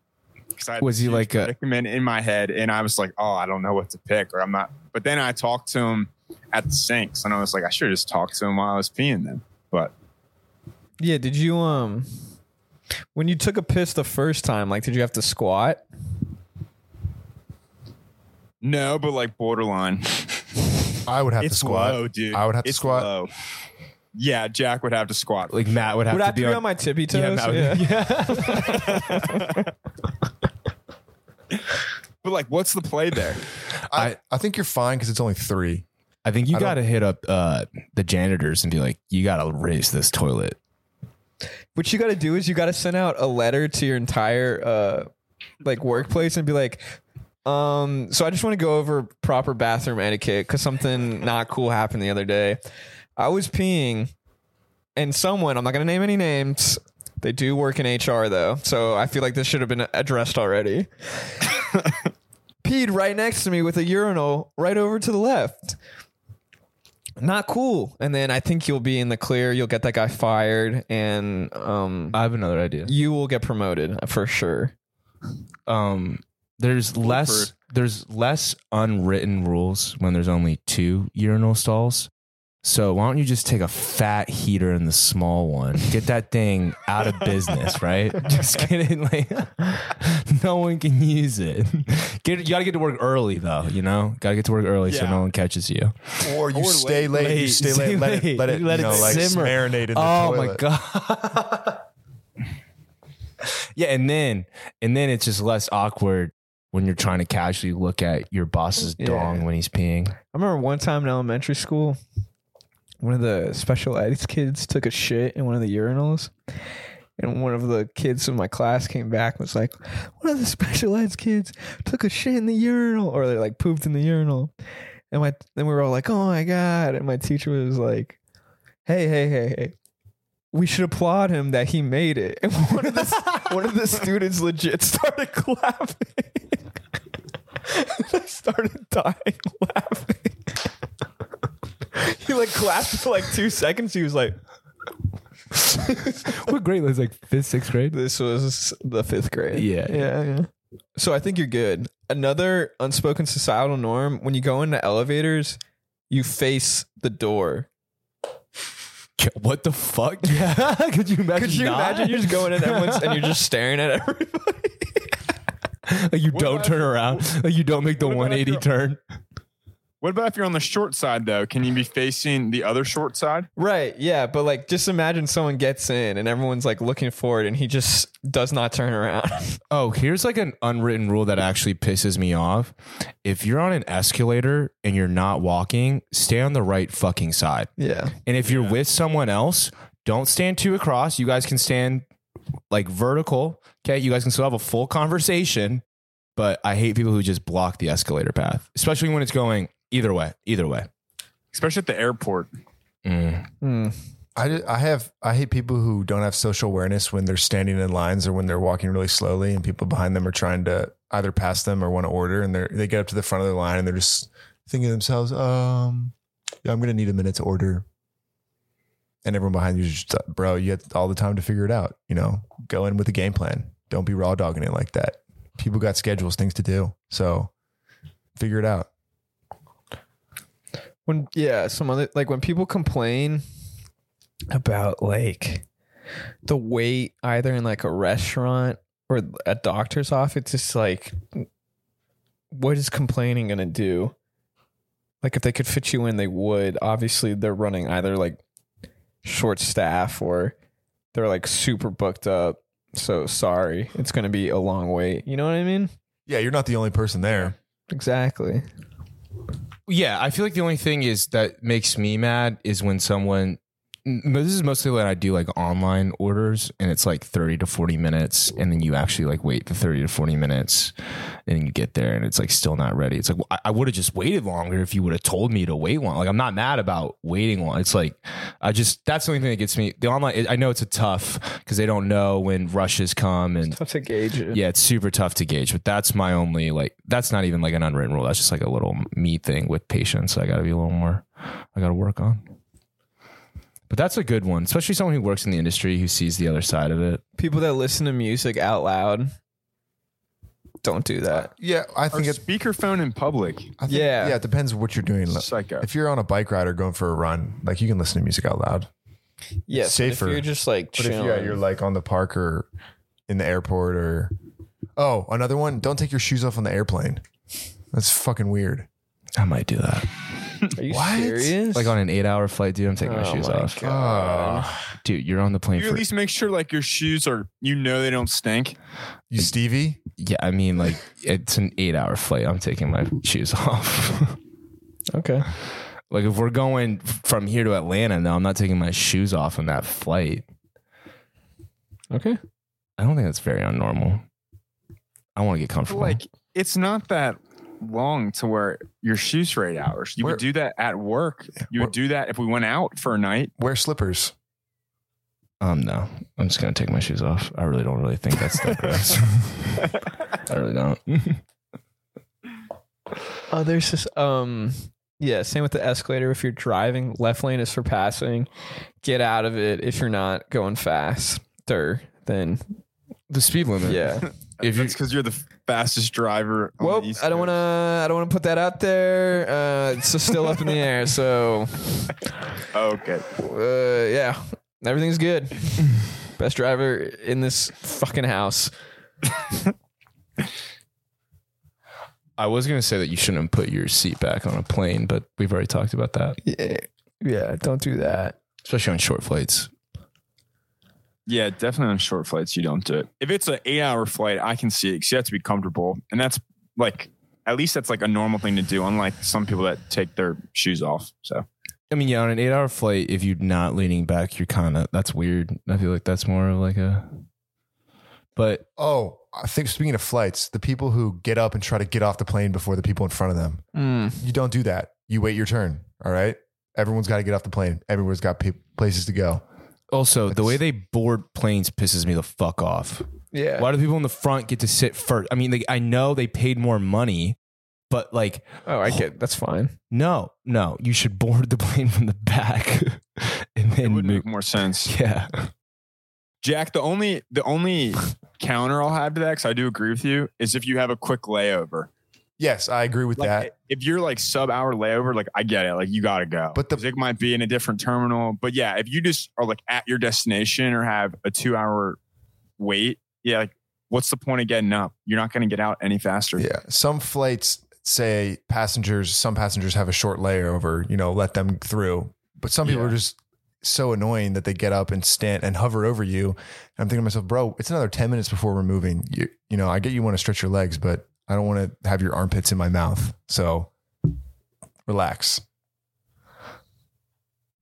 Speaker 5: 'Cause I had
Speaker 4: Was he
Speaker 5: this
Speaker 4: like a-
Speaker 5: predicament in my head and I was like, Oh, I don't know what to pick or I'm not but then I talked to him at the sinks and I was like, I should have just talked to him while I was peeing then. But
Speaker 2: Yeah. Did you um, when you took a piss the first time, like, did you have to squat?
Speaker 5: no, but like borderline.
Speaker 3: I would have to
Speaker 5: It's
Speaker 3: squat.
Speaker 5: low, dude.
Speaker 3: I would have to
Speaker 5: It's
Speaker 3: squat.
Speaker 5: low. Yeah, Jack would have to squat.
Speaker 4: like Matt would have
Speaker 2: Would I
Speaker 4: to
Speaker 2: have
Speaker 4: be on,
Speaker 2: my tippy toes?
Speaker 4: Matt would-
Speaker 5: But like what's the play there?
Speaker 3: I, I think you're fine because it's only three.
Speaker 4: I think you
Speaker 3: I don't-
Speaker 4: gotta hit up uh the janitors and be like, you gotta raise this toilet.
Speaker 2: what you got to do is you got to send out a letter to your entire uh like workplace and be like um so i just want to go over proper bathroom etiquette because something not cool happened the other day i was peeing and someone i'm not going to name any names they do work in hr though so i feel like this should have been addressed already peed right next to me with a urinal right over to the left not cool and then i think you'll be in the clear you'll get that guy fired and um
Speaker 4: I have another idea.
Speaker 2: you will get promoted for sure.
Speaker 4: Um there's less there's less unwritten rules when there's only two urinal stalls. So why don't you just take a fat heater in the small one? Get that thing out of business, right? Just get it like no one can use it. Get you gotta get to work early though, you know? Gotta get to work early so
Speaker 5: Yeah.
Speaker 4: no one catches you.
Speaker 3: Or you
Speaker 5: Or
Speaker 3: stay
Speaker 5: late.
Speaker 3: late, You
Speaker 4: Late.
Speaker 3: stay
Speaker 4: Stay
Speaker 3: late. Let it,
Speaker 4: late.
Speaker 3: let it,
Speaker 4: You let
Speaker 3: you
Speaker 4: it
Speaker 3: know, like
Speaker 4: simmer.
Speaker 3: marinate in the
Speaker 4: Oh my
Speaker 3: toilet.
Speaker 4: god. yeah, and then and then it's just less awkward when you're trying to casually look at your boss's
Speaker 2: Yeah.
Speaker 4: dong when he's peeing.
Speaker 2: I remember one time in elementary school, one of the special ed kids took a shit in one of the urinals. And one of the kids in my class came back and was like, one of the special ed kids took a shit in the urinal or they like pooped in the urinal. And my then we were all like, oh my God. And my teacher was like, hey, hey, hey, hey. We should applaud him that he made it. And one of the, one of the students legit started clapping. I started dying laughing. he like clapped for like two seconds. He was like,
Speaker 4: What grade was like fifth, sixth grade?
Speaker 2: "This was the fifth grade."
Speaker 4: Yeah.
Speaker 2: yeah, yeah. So I think you're good. Another unspoken societal norm: when you go into elevators, you face the door.
Speaker 4: What the fuck? Yeah. Could you imagine?
Speaker 2: Could you
Speaker 4: not?
Speaker 2: imagine you're just going in everyone's and you're just staring at everybody?
Speaker 4: like you don't
Speaker 5: about-
Speaker 4: turn around. Like you don't make the
Speaker 5: what about if
Speaker 4: 180
Speaker 5: you're-
Speaker 4: turn.
Speaker 5: What about if you're on the short side though? Can you be facing the other short side?
Speaker 2: right? Yeah, but like, just imagine someone gets in and everyone's like looking forward, and he just does not turn around.
Speaker 4: Oh, here's like an unwritten rule that actually pisses me off. If you're on an escalator and you're not walking, stay on the right fucking side.
Speaker 2: yeah,
Speaker 4: And if you're with someone else, don't stand two across. You guys can stand like vertical. Okay. You guys can still have a full conversation. But I hate people who just block the escalator path, especially when it's going either way, either way.
Speaker 5: Especially at the airport.
Speaker 4: Mm.
Speaker 2: Hmm.
Speaker 3: I, ju- I have I hate people who don't have social awareness when they're standing in lines or when they're walking really slowly and people behind them are trying to either pass them or want to order and they are they get up to the front of the line and they're just thinking to themselves, um, yeah, I'm gonna need a minute to order. And everyone behind you is just uh, bro, you had all the time to figure it out. You know, go in with a game plan. Don't be raw dogging it like that. People got schedules, things to do, so figure it out.
Speaker 2: when yeah some other like when people complain about like the wait either in like a restaurant or a doctor's office it's just like what is complaining gonna do like if they could fit you in they would obviously they're running either like short staff or they're like super booked up. So sorry, it's going to be a long wait. You know what I mean?
Speaker 3: Yeah, you're not the only person there.
Speaker 2: Exactly.
Speaker 4: Yeah, I feel like the only thing is that makes me mad is when someone. m- This is mostly when I do like online orders, and it's like thirty to forty minutes, and then you actually like wait the thirty to forty minutes, and then you get there, and it's like still not ready. It's like well, I, I would have just waited longer if you would have told me to wait long. Like I'm not mad about waiting long. It's like I just that's the only thing that gets me. The online, I know it's a tough because they don't know when rushes come and
Speaker 2: Tough to gauge it.
Speaker 4: yeah, it's super tough to gauge, but that's my only like that's not even like an unwritten rule. That's just like a little me thing with patience. I got to be a little more I got to work on. But that's a good one, especially someone who works in the industry who sees the other side of it.
Speaker 2: People that listen to music out loud don't do that.
Speaker 3: Yeah, I
Speaker 5: Or
Speaker 3: think it's.
Speaker 5: speakerphone in public.
Speaker 3: I think-
Speaker 2: Yeah.
Speaker 3: yeah, it depends what you're doing.
Speaker 5: Psycho.
Speaker 3: If you're on a bike ride or going for a run, like you can listen to music out loud.
Speaker 2: Yes. but
Speaker 3: Safer.
Speaker 2: If you're just like
Speaker 3: But if
Speaker 2: chilling.
Speaker 3: yeah, you're like on the park or in the airport or oh, another one. Don't take your shoes off on the airplane. That's fucking weird.
Speaker 4: I might do that.
Speaker 2: Are you
Speaker 3: What?
Speaker 2: serious?
Speaker 4: Like on an 8-hour flight, dude, I'm taking my
Speaker 2: Oh
Speaker 4: shoes
Speaker 2: my
Speaker 4: off.
Speaker 2: God.
Speaker 4: Dude, you're on the plane
Speaker 5: You at
Speaker 4: for
Speaker 5: least make sure like your shoes are you know they don't stink.
Speaker 3: You Stevie?
Speaker 4: Yeah, I mean like it's an 8-hour flight. I'm taking my shoes off.
Speaker 2: okay.
Speaker 4: like if we're going from here to Atlanta, no, I'm not taking my shoes off on that flight.
Speaker 2: Okay.
Speaker 4: I don't think that's very unnormal. I want to get comfortable.
Speaker 5: Like it's not that long to where your shoes for eight hours. You
Speaker 3: Where-
Speaker 5: would do that at work. You would do that if we went out for a night.
Speaker 3: Wear slippers.
Speaker 4: Um, no, I'm just gonna take my shoes off. I really don't really think that's that gross. I really don't.
Speaker 2: Oh, there's this. Um, yeah, same with the escalator. If you're driving, left lane is for passing. Get out of it if you're not going fast. There, then
Speaker 4: The speed limit.
Speaker 2: yeah.
Speaker 4: If you
Speaker 5: That's because you're the fastest driver. on the
Speaker 2: well,
Speaker 5: East
Speaker 2: I don't want
Speaker 5: Coast.
Speaker 2: to. I don't want to put that out there. Uh, it's just still up in the air. So,
Speaker 5: Oh, okay.
Speaker 2: uh, yeah, everything's good. Best driver in this fucking house.
Speaker 4: I was gonna say that you shouldn't put your seat back on a plane, but we've already talked about that,
Speaker 2: Yeah, yeah. Don't do that.
Speaker 4: especially on short flights.
Speaker 5: Yeah, definitely on short flights you don't do it. If it's an eight-hour flight, I can see it because you have to be comfortable, and that's like at least that's like a normal thing to do. Unlike some people that take their shoes off. So
Speaker 4: I mean, yeah, on an eight-hour flight, if you're not leaning back, you're kind of that's weird. I feel like that's more of like a. But
Speaker 3: Oh, I think speaking of flights, the people who get up and try to get off the plane before the people in front of them.
Speaker 2: Mm.
Speaker 3: You don't do that. You wait your turn. All right. Everyone's got to get off the plane. Everyone's got pe- places to go.
Speaker 4: also, the
Speaker 3: That's-
Speaker 4: way they board planes pisses me the fuck off.
Speaker 2: Yeah.
Speaker 4: Why do people in the front get to sit first? I mean, like, I know they paid more money, but like
Speaker 2: Oh, I get. That's fine.
Speaker 4: No, no, you should board the plane from the back and
Speaker 5: it
Speaker 4: then
Speaker 5: would
Speaker 4: move.
Speaker 5: make more sense.
Speaker 4: Yeah.
Speaker 5: Jack, the only the only counter I'll have to that because I do agree with you is if you have a quick layover.
Speaker 3: Yes, I agree with
Speaker 5: Like
Speaker 3: that.
Speaker 5: if you're like sub hour layover, like I get it, like you gotta go.
Speaker 3: But the-
Speaker 5: 'Cause it might be in a different terminal. But yeah, if you just are like at your destination or have a two hour wait, yeah, like what's the point of getting up? You're not gonna get out any faster.
Speaker 3: Yeah. Some flights say passengers, some passengers have a short layover, you know, let them through. But some people
Speaker 5: Yeah.
Speaker 3: are just so annoying that they get up and stand and hover over you. And I'm thinking to myself, bro, it's another 10 minutes before we're moving. You, you know, I get you want to stretch your legs, but I don't want to have your armpits in my mouth. So relax.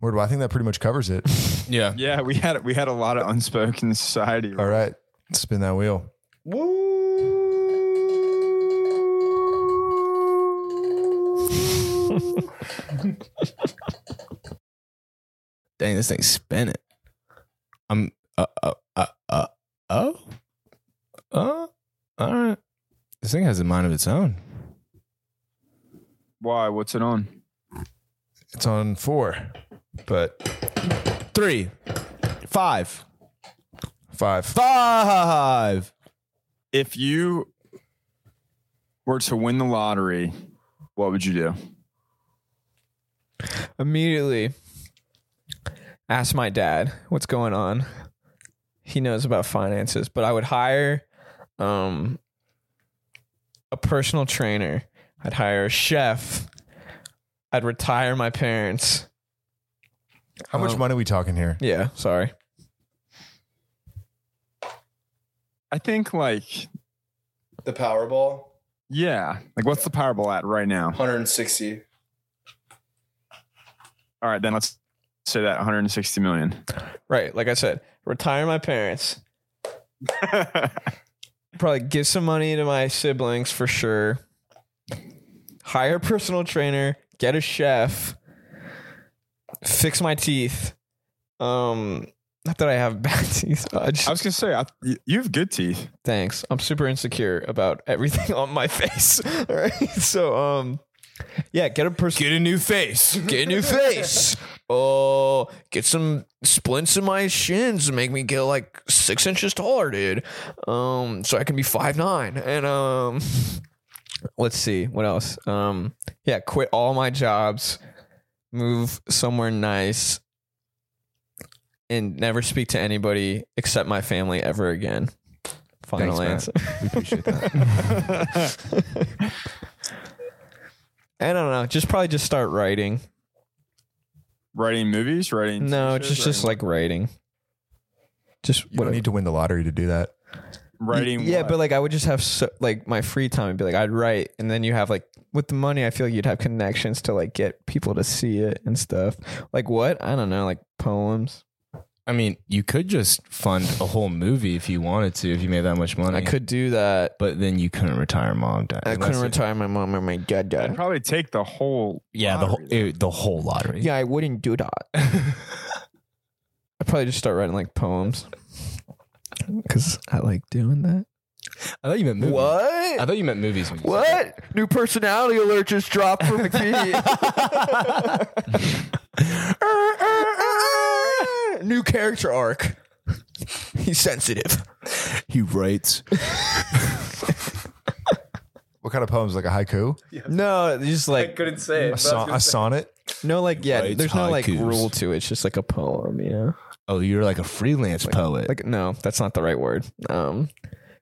Speaker 3: Word, well, I think that pretty much covers it.
Speaker 4: Yeah.
Speaker 5: Yeah, we had we had a lot of unspoken society.
Speaker 3: All right. Spin that wheel.
Speaker 4: Dang, this thing's spinning. I'm, uh, uh, uh, uh, oh, uh, all right. This thing has a mind of its own.
Speaker 5: Why? What's it on?
Speaker 3: It's on four, but
Speaker 4: Three, five,
Speaker 3: five.
Speaker 4: five.
Speaker 5: If you were to win the lottery, what would you do?
Speaker 2: immediately ask my dad what's going on. He knows about finances, but I would hire um a personal trainer. I'd hire a chef. I'd retire my parents.
Speaker 3: How much
Speaker 2: Um,
Speaker 3: money are we talking here?
Speaker 2: Yeah, sorry.
Speaker 5: I think like
Speaker 4: The Powerball,
Speaker 5: yeah, like what's the Powerball at right now?
Speaker 4: 160.
Speaker 5: All right, then let's say that 160 million.
Speaker 2: Right, like I said, retire my parents. Probably give some money to my siblings for sure. Hire a personal trainer, get a chef, fix my teeth. Um, not that I have bad teeth. I just,
Speaker 5: I was gonna say I, you- you have good teeth.
Speaker 2: Thanks. I'm super insecure about everything on my face. All right. So, um, yeah, get a person,
Speaker 4: Get a new face.
Speaker 2: get a new face. Oh, get some splints in my shins to make me get like six inches taller, dude. Um, so I can be five nine. And um, let's see what else. Um, yeah, quit all my jobs, move somewhere nice, and never speak to anybody except my family ever again. Final
Speaker 4: Thanks,
Speaker 2: answer.
Speaker 4: we appreciate that.
Speaker 2: I don't know. Just probably just start writing.
Speaker 5: Writing movies, writing.
Speaker 2: No,
Speaker 5: TV shows,
Speaker 2: just just
Speaker 5: writing-
Speaker 2: like writing. Just
Speaker 3: You don't
Speaker 2: whatever.
Speaker 3: need to win the lottery to do that.
Speaker 5: writing.
Speaker 2: yeah,
Speaker 5: what?
Speaker 2: but like I would just have so, like my free time and be like I'd write, and then you have like with the money, I feel like you'd have connections to like get people to see it and stuff. Like what? I don't know. Like poems.
Speaker 4: I mean, you could just fund a whole movie if you wanted to, if you made that much money.
Speaker 2: I could do that.
Speaker 4: but then you couldn't retire mom. Dad.
Speaker 2: I couldn't retire my mom or my dad.
Speaker 5: I'd
Speaker 2: dad.
Speaker 5: probably take the whole.
Speaker 4: Yeah, the whole
Speaker 5: lottery.
Speaker 4: it, the whole lottery.
Speaker 2: Yeah, I wouldn't do that. I'd probably just start writing like poems because I like doing that.
Speaker 4: I thought you meant movies.
Speaker 2: What?
Speaker 4: I thought you meant movies. when you said that.
Speaker 2: What? New personality alert just dropped for McPhee. New character arc. He's sensitive.
Speaker 4: He writes.
Speaker 3: What kind of poems? Like a haiku,
Speaker 2: No, just like
Speaker 6: couldn't say it.
Speaker 3: a,
Speaker 6: but
Speaker 3: son- a sonnet?
Speaker 2: no, like yeah.
Speaker 4: Writes
Speaker 2: There's no like
Speaker 4: haikus.
Speaker 2: rule to it. It's just like a poem, you know.
Speaker 4: Oh, you're like a freelance poet.
Speaker 2: Like no, that's not the right word. Um,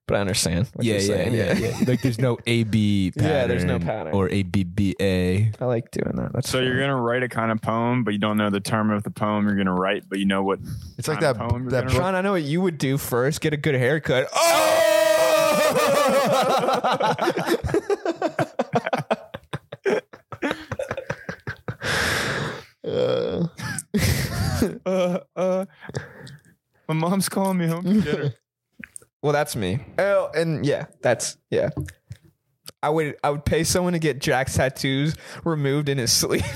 Speaker 2: but I understand. What
Speaker 4: yeah,
Speaker 2: you're
Speaker 4: yeah,
Speaker 2: saying.
Speaker 4: yeah, yeah. like there's no A B pattern.
Speaker 2: Yeah, there's no pattern.
Speaker 4: or A B B A.
Speaker 2: I like doing that. That's
Speaker 5: So you're gonna write a kind of poem, but you don't know the term of the poem you're gonna write, but you know what.
Speaker 3: It's like
Speaker 5: Kind
Speaker 3: that
Speaker 5: of poem you're
Speaker 3: that
Speaker 5: gonna
Speaker 3: book.
Speaker 2: Sean. I know what you would do first. Get a good haircut. Oh.
Speaker 5: Uh, uh, my mom's calling me home. to Get her.
Speaker 2: Well, that's me. Oh, and yeah, that's yeah. I would I would pay someone to get Jack's tattoos removed in his sleep.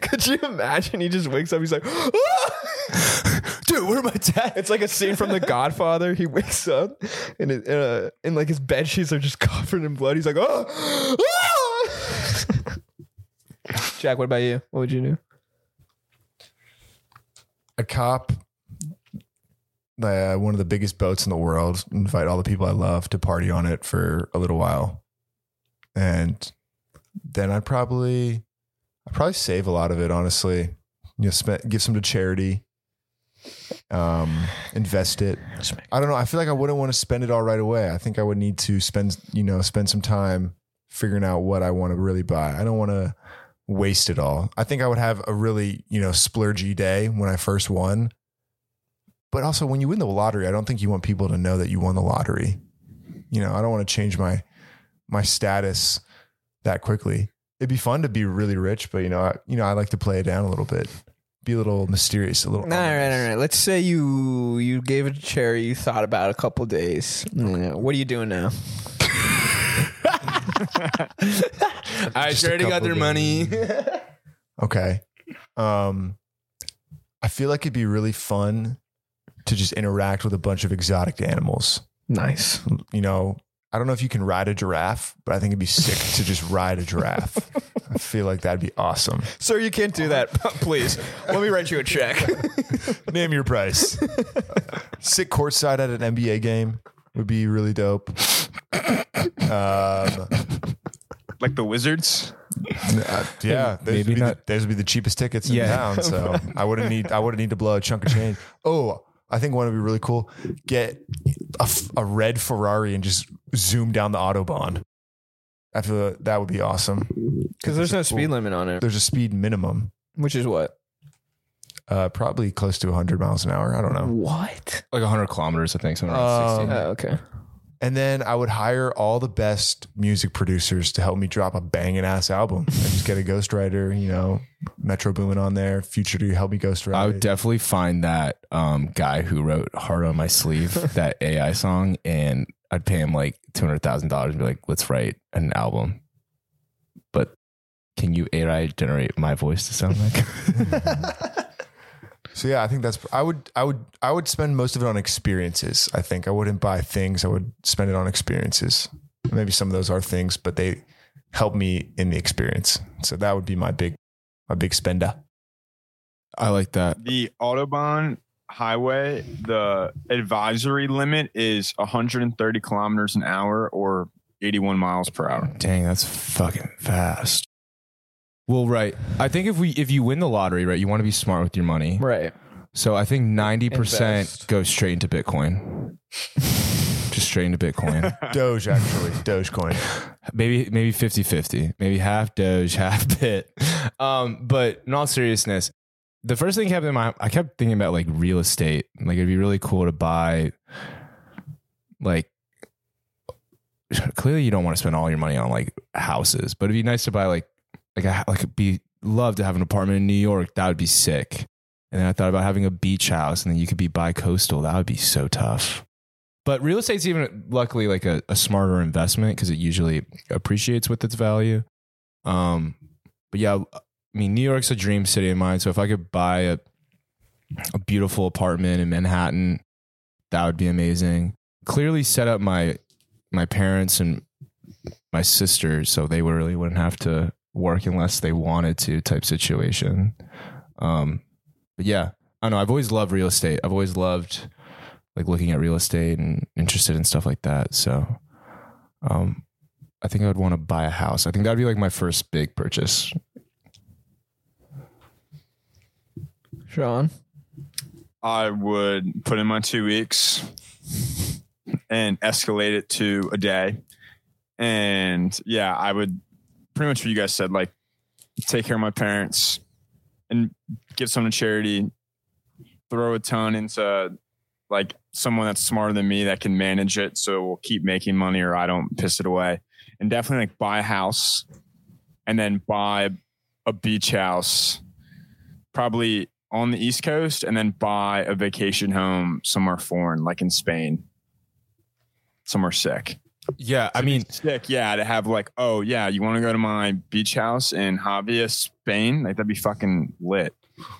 Speaker 2: Could you imagine? He just wakes up. He's like, "Ah!" "Dude, where are my tat?" It's like a scene from The Godfather. He wakes up, and it, uh, and like his bed sheets are just covered in blood. He's like, "Oh." Jack, what about you? What would you do?
Speaker 3: a cop uh, one of the biggest boats in the world invite all the people i love to party on it for a little while and then i'd probably i'd probably save a lot of it honestly you know spend, give some to charity um invest it i don't know i feel like i wouldn't want to spend it all right away i think i would need to spend you know spend some time figuring out what i want to really buy i don't want to waste it all. I think I would have a really, you know, splurgy day when I first won. But also when you win the lottery, I don't think you want people to know that you won the lottery. You know, I don't want to change my my status that quickly. It'd be fun to be really rich, but you know, I, you know, I like to play it down a little bit. Be a little mysterious, a little.
Speaker 2: All right,
Speaker 3: ominous.
Speaker 2: all right. Let's say you you gave it to Cherry. You thought about it a couple days.
Speaker 3: Mm.
Speaker 2: Mm, Yeah, What are you doing now?
Speaker 4: I
Speaker 3: Just a
Speaker 4: already got
Speaker 3: couple
Speaker 4: their
Speaker 3: days.
Speaker 4: money.
Speaker 3: Okay. Um, I feel like it'd be really fun to just interact with a bunch of exotic animals.
Speaker 2: Nice.
Speaker 3: you know, I don't know if you can ride a giraffe, but I think it'd be sick to just ride a giraffe. I feel like that'd be awesome.
Speaker 2: Sir, you can't do that. Please, let me write you a check.
Speaker 3: Name your price. Sit courtside at an NBA game would be really dope. Um,
Speaker 5: Like the Wizards.
Speaker 3: Uh, yeah, those,
Speaker 4: Uh, Maybe
Speaker 3: would be
Speaker 4: not-
Speaker 3: The, those would be the cheapest tickets in
Speaker 4: Yeah.
Speaker 3: town. So I wouldn't need I wouldn't need to blow a chunk of change. Oh, I think one would be really cool. Get a, f- a red Ferrari and just zoom down the autobahn. I feel that, that would be awesome.
Speaker 2: Because there's no speed limit on it,
Speaker 3: There's a speed minimum,
Speaker 2: which is what?
Speaker 3: uh, probably close to 100 miles an hour. I don't know.
Speaker 2: What?
Speaker 4: like 100 kilometers, I think. Something around
Speaker 3: Um,
Speaker 4: 60.
Speaker 2: Oh, okay.
Speaker 3: And then I would hire all the best music producers to help me drop a banging ass album. I just get a ghostwriter, you know, Metro Boomin on there, Future to help me ghostwrite.
Speaker 4: I would definitely find that um, guy who wrote "Hard on My Sleeve" that AI song, and I'd pay him like two hundred thousand dollars and be like, "Let's write an album." But can you AI generate my voice to sound like?
Speaker 3: So yeah, I think that's I would I would I would spend most of it on experiences. I think I wouldn't buy things. I would spend it on experiences. Maybe some of those are things, but they help me in the experience. So that would be my big my big spender.
Speaker 4: I like that.
Speaker 5: The Autobahn highway, the advisory limit is 130 kilometers an hour or 81 miles per hour.
Speaker 4: Dang, that's fucking fast. Well, right. I think if we if you win the lottery, right, you want to be smart with your money.
Speaker 2: Right.
Speaker 4: So I think ninety percent
Speaker 2: Invest.
Speaker 4: goes straight into Bitcoin. Just straight into Bitcoin.
Speaker 3: Doge actually, Dogecoin.
Speaker 4: maybe maybe 50-50 maybe half doge half bit um but in all seriousness the first thing kept in my i kept thinking about like real estate like it'd be really cool to buy like clearly you don't want to spend all your money on like houses but it'd be nice to buy like like a, like it'd be love to have an apartment in new york that would be sick and then i thought about having a beach house and then you could be bi-coastal that would be so tough but real estate's even luckily like a, a smarter investment because it usually appreciates with its value. Um, but yeah, I mean, New York's a dream city of mine. So if I could buy a, a beautiful apartment in Manhattan, that would be amazing. Clearly set up my, my parents and my sister. So they really wouldn't have to work unless they wanted to type situation. Um, but yeah, I don't know. I've always loved real estate. I've always loved, like looking at real estate and interested in stuff like that. So, um, I think I would want to buy a house. I think that'd be like my first big purchase.
Speaker 2: Sean.
Speaker 5: I would put in my two weeks and escalate it to a day. And yeah, I would pretty much what you guys said, like take care of my parents and give some to charity, throw a ton into like someone that's smarter than me that can manage it. So we'll keep making money or I don't piss it away. And definitely like buy a house and then buy a beach house, probably on the East Coast, and then buy a vacation home somewhere foreign, like in Spain, somewhere sick.
Speaker 4: Yeah, I mean,
Speaker 5: Sick, yeah, to have like, oh yeah, you want to go to my beach house in Javier, Spain? Like that'd be fucking lit.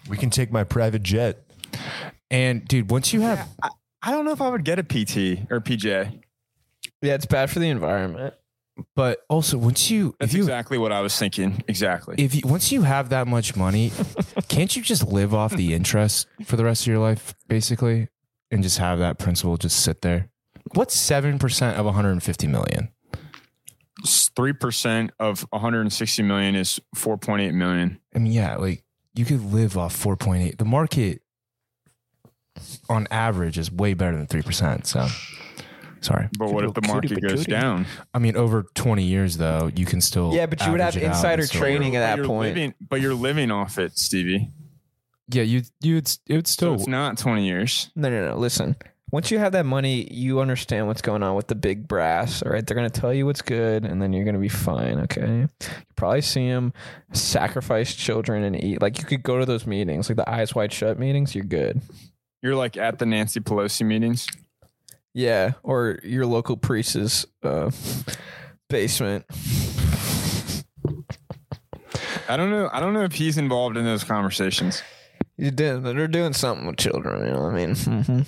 Speaker 3: We can take my private jet.
Speaker 4: and dude, once you have,
Speaker 5: I don't know if I would get a PT or PJ.
Speaker 2: Yeah, it's bad for the environment.
Speaker 4: but also once you,
Speaker 5: That's
Speaker 4: if you,
Speaker 5: exactly what I was thinking. Exactly.
Speaker 4: if you, once you have that much money, can't you just live off the interest for the rest of your life, basically, and just have that principal just sit there? What's seven percent of 150 million?
Speaker 5: Three percent of 160 million is 4.8 million.
Speaker 4: I mean, yeah, like you could live off 4.8. The market on average is way better than 3%. So, sorry.
Speaker 5: But what if the market goes
Speaker 2: Patootie.
Speaker 5: down?
Speaker 4: I mean, over 20 years, though, you can still.
Speaker 2: Yeah, but you would have
Speaker 4: average it out
Speaker 2: insider
Speaker 4: and still-
Speaker 2: training at
Speaker 5: But
Speaker 2: that
Speaker 5: you're
Speaker 2: point.
Speaker 5: living- but you're living off it, Stevie.
Speaker 4: Yeah, you, you would, it would
Speaker 5: So
Speaker 4: still.
Speaker 5: it's not 20 years.
Speaker 2: No, no, no. Listen, once you have that money, you understand what's going on with the big brass. All right, they're gonna tell you what's good, and then you're gonna be fine. Okay, you probably see them sacrifice children and eat. Like you could go to those meetings, like the eyes wide shut meetings. You're good.
Speaker 5: You're like at the Nancy Pelosi meetings.
Speaker 2: Yeah, or your local priest's uh, basement.
Speaker 5: I don't know. I don't know if he's involved in those conversations.
Speaker 2: You did. They're doing something with children. You know what I mean? Mm-hmm.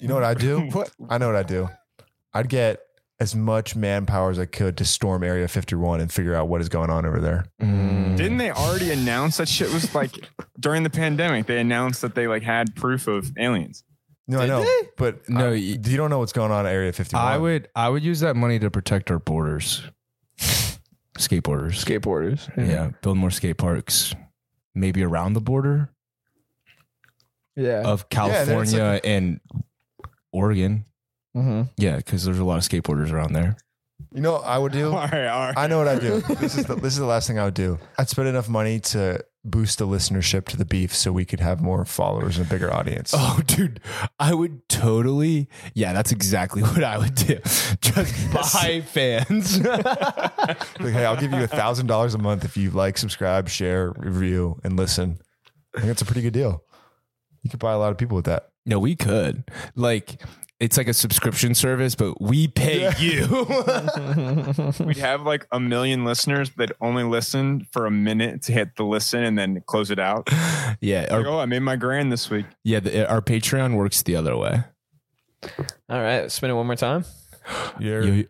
Speaker 3: You know what I do?
Speaker 5: What?
Speaker 3: I know what I do. I'd get as much manpower as I could to storm Area 51 and figure out what is going on over there.
Speaker 5: Didn't they already announce that shit was like during the pandemic? They announced that they like had proof of aliens.
Speaker 3: No, I know, but
Speaker 4: No,
Speaker 3: I-
Speaker 4: you-
Speaker 3: you don't know what's going on at Area 51.
Speaker 4: I would, I would use that money to protect our borders, skateboarders.
Speaker 2: Skateboarders.
Speaker 4: Yeah, build more skate parks, maybe around the border
Speaker 2: Yeah.
Speaker 4: of
Speaker 3: Yeah, then it's
Speaker 4: California and Oregon.
Speaker 2: mm-hmm.
Speaker 4: Yeah, because there's a lot of skateboarders around there.
Speaker 3: You know what I would do?
Speaker 5: All right, all right.
Speaker 3: I know what I do. This is the this is the last thing I would do. I'd spend enough money to boost the listenership to the beef so we could have more followers and a bigger audience.
Speaker 4: Oh, dude, I would totally. Yeah, that's exactly what I would do. Just buy fans.
Speaker 3: Like, hey, I'll give you a thousand dollars a month if you like, subscribe, share, review, and listen. I think that's a pretty good deal. You could buy a lot of people with that.
Speaker 4: no, we could. Like, it's like a subscription service, but we pay you.
Speaker 5: We'd have like a million listeners that only listen for a minute to hit the listen and then close it out.
Speaker 4: yeah,
Speaker 5: Like,
Speaker 4: our,
Speaker 5: oh, I made my grand this week.
Speaker 4: yeah. The, our Patreon works the other way.
Speaker 2: All right, let's spin it one more time.
Speaker 3: Yeah.
Speaker 4: You-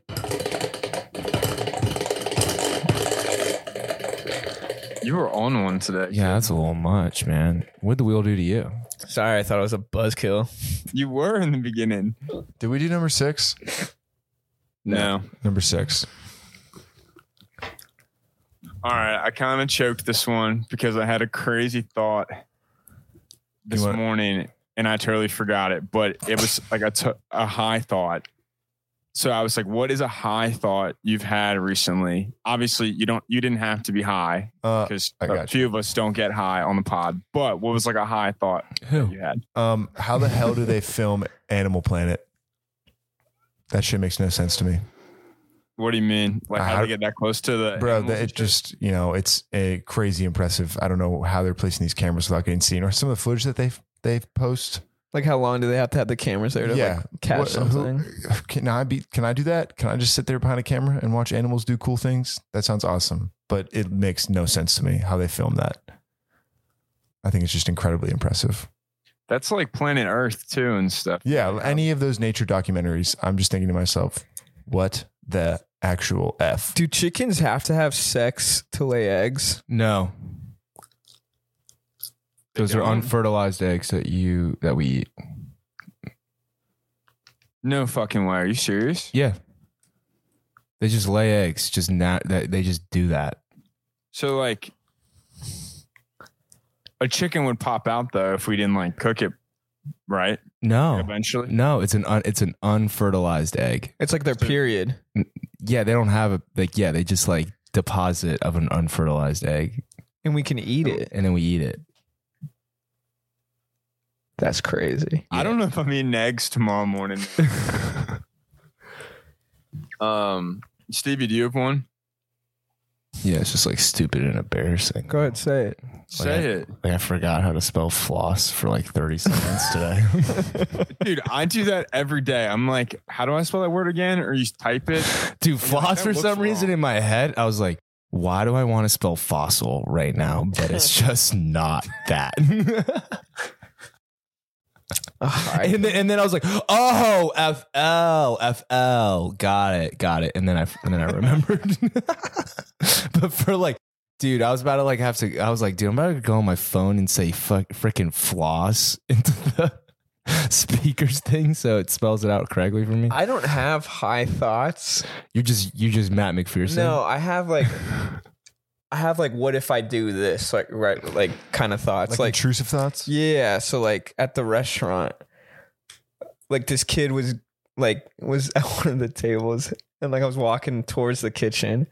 Speaker 5: You were on one today.
Speaker 4: yeah, that's a little much, man. What'd the wheel do to you?
Speaker 2: Sorry, I thought it was a buzzkill.
Speaker 5: You were in the beginning.
Speaker 3: Did we do number six?
Speaker 5: No.
Speaker 3: Number six.
Speaker 5: All right. I kind of choked this one because I had a crazy thought this
Speaker 3: wanna-
Speaker 5: morning and I totally forgot it, but it was like a t- a high thought. So I was like, what is a high thought you've had recently? Obviously, you don't you didn't have to be high
Speaker 3: Uh,
Speaker 5: because
Speaker 3: I
Speaker 5: a
Speaker 3: got
Speaker 5: few of us don't get high on the pod. But what was like a high thought
Speaker 4: Who?
Speaker 5: you had?
Speaker 3: um, how the hell do they film Animal Planet? That shit makes no sense to me.
Speaker 5: What do you mean? Like how
Speaker 3: Uh, How-
Speaker 5: to get that close to the
Speaker 3: bro
Speaker 5: animals
Speaker 3: that
Speaker 5: and
Speaker 3: it
Speaker 5: shit?
Speaker 3: just you know it's a crazy impressive i don't know how they're placing these cameras without getting seen or some of the footage that they've they post
Speaker 2: Like, how long do they have to have the cameras there to
Speaker 3: yeah
Speaker 2: like catch
Speaker 3: What-
Speaker 2: something?
Speaker 3: who- can i be can i do that can i just sit there behind a camera and watch animals do cool things that sounds awesome but it makes no sense to me how they film that i think it's just incredibly impressive
Speaker 5: That's like Planet Earth too and stuff.
Speaker 3: yeah any of those nature documentaries i'm just thinking to myself what the actual f
Speaker 2: Do chickens have to have sex to lay eggs?
Speaker 4: No. Those are
Speaker 5: don't?
Speaker 4: unfertilized eggs that you that we eat.
Speaker 5: No fucking way. Are you serious?
Speaker 4: Yeah. They just lay eggs. Just not that they just do that.
Speaker 5: So like a chicken would pop out though if we didn't like cook it right
Speaker 4: No.
Speaker 5: eventually.
Speaker 4: No, it's an un, it's an unfertilized egg.
Speaker 2: It's like their period.
Speaker 4: Yeah, they don't have a like yeah, they just like deposit of an unfertilized egg
Speaker 2: And we can eat it.
Speaker 4: and then we eat it.
Speaker 2: That's crazy.
Speaker 5: I don't know if I'm eating eggs tomorrow morning. um Stevie, do you have one?
Speaker 4: Yeah, it's just like stupid and embarrassing.
Speaker 2: Go ahead, say it.
Speaker 5: Say it.
Speaker 4: Like I forgot how to spell floss for like 30 seconds today.
Speaker 5: Dude, I do that every day. I'm like, how do I spell that word again? Or you type it.
Speaker 4: Dude,
Speaker 5: like,
Speaker 4: floss
Speaker 5: that
Speaker 4: for
Speaker 5: looks
Speaker 4: some reason
Speaker 5: wrong.
Speaker 4: in my head, I was like, why do I want to spell fossil right now? But it's just not that.
Speaker 2: I,
Speaker 4: and, then, and then I was like, oh, FL, FL. Got it, got it. And then I and then I remembered. but for like, dude, I was about to like have to, I was like, dude, I'm about to go on my phone and say fuck freaking floss into the speakers thing so it spells it out correctly for me.
Speaker 2: I don't have high thoughts.
Speaker 4: you just you just Matt McPherson.
Speaker 2: No, I have like I have like what if I do this like right like kind of thoughts
Speaker 3: like,
Speaker 2: like,
Speaker 3: intrusive thoughts
Speaker 2: yeah, so like at the restaurant like this kid was like was at one of the tables and like I was walking towards the kitchen.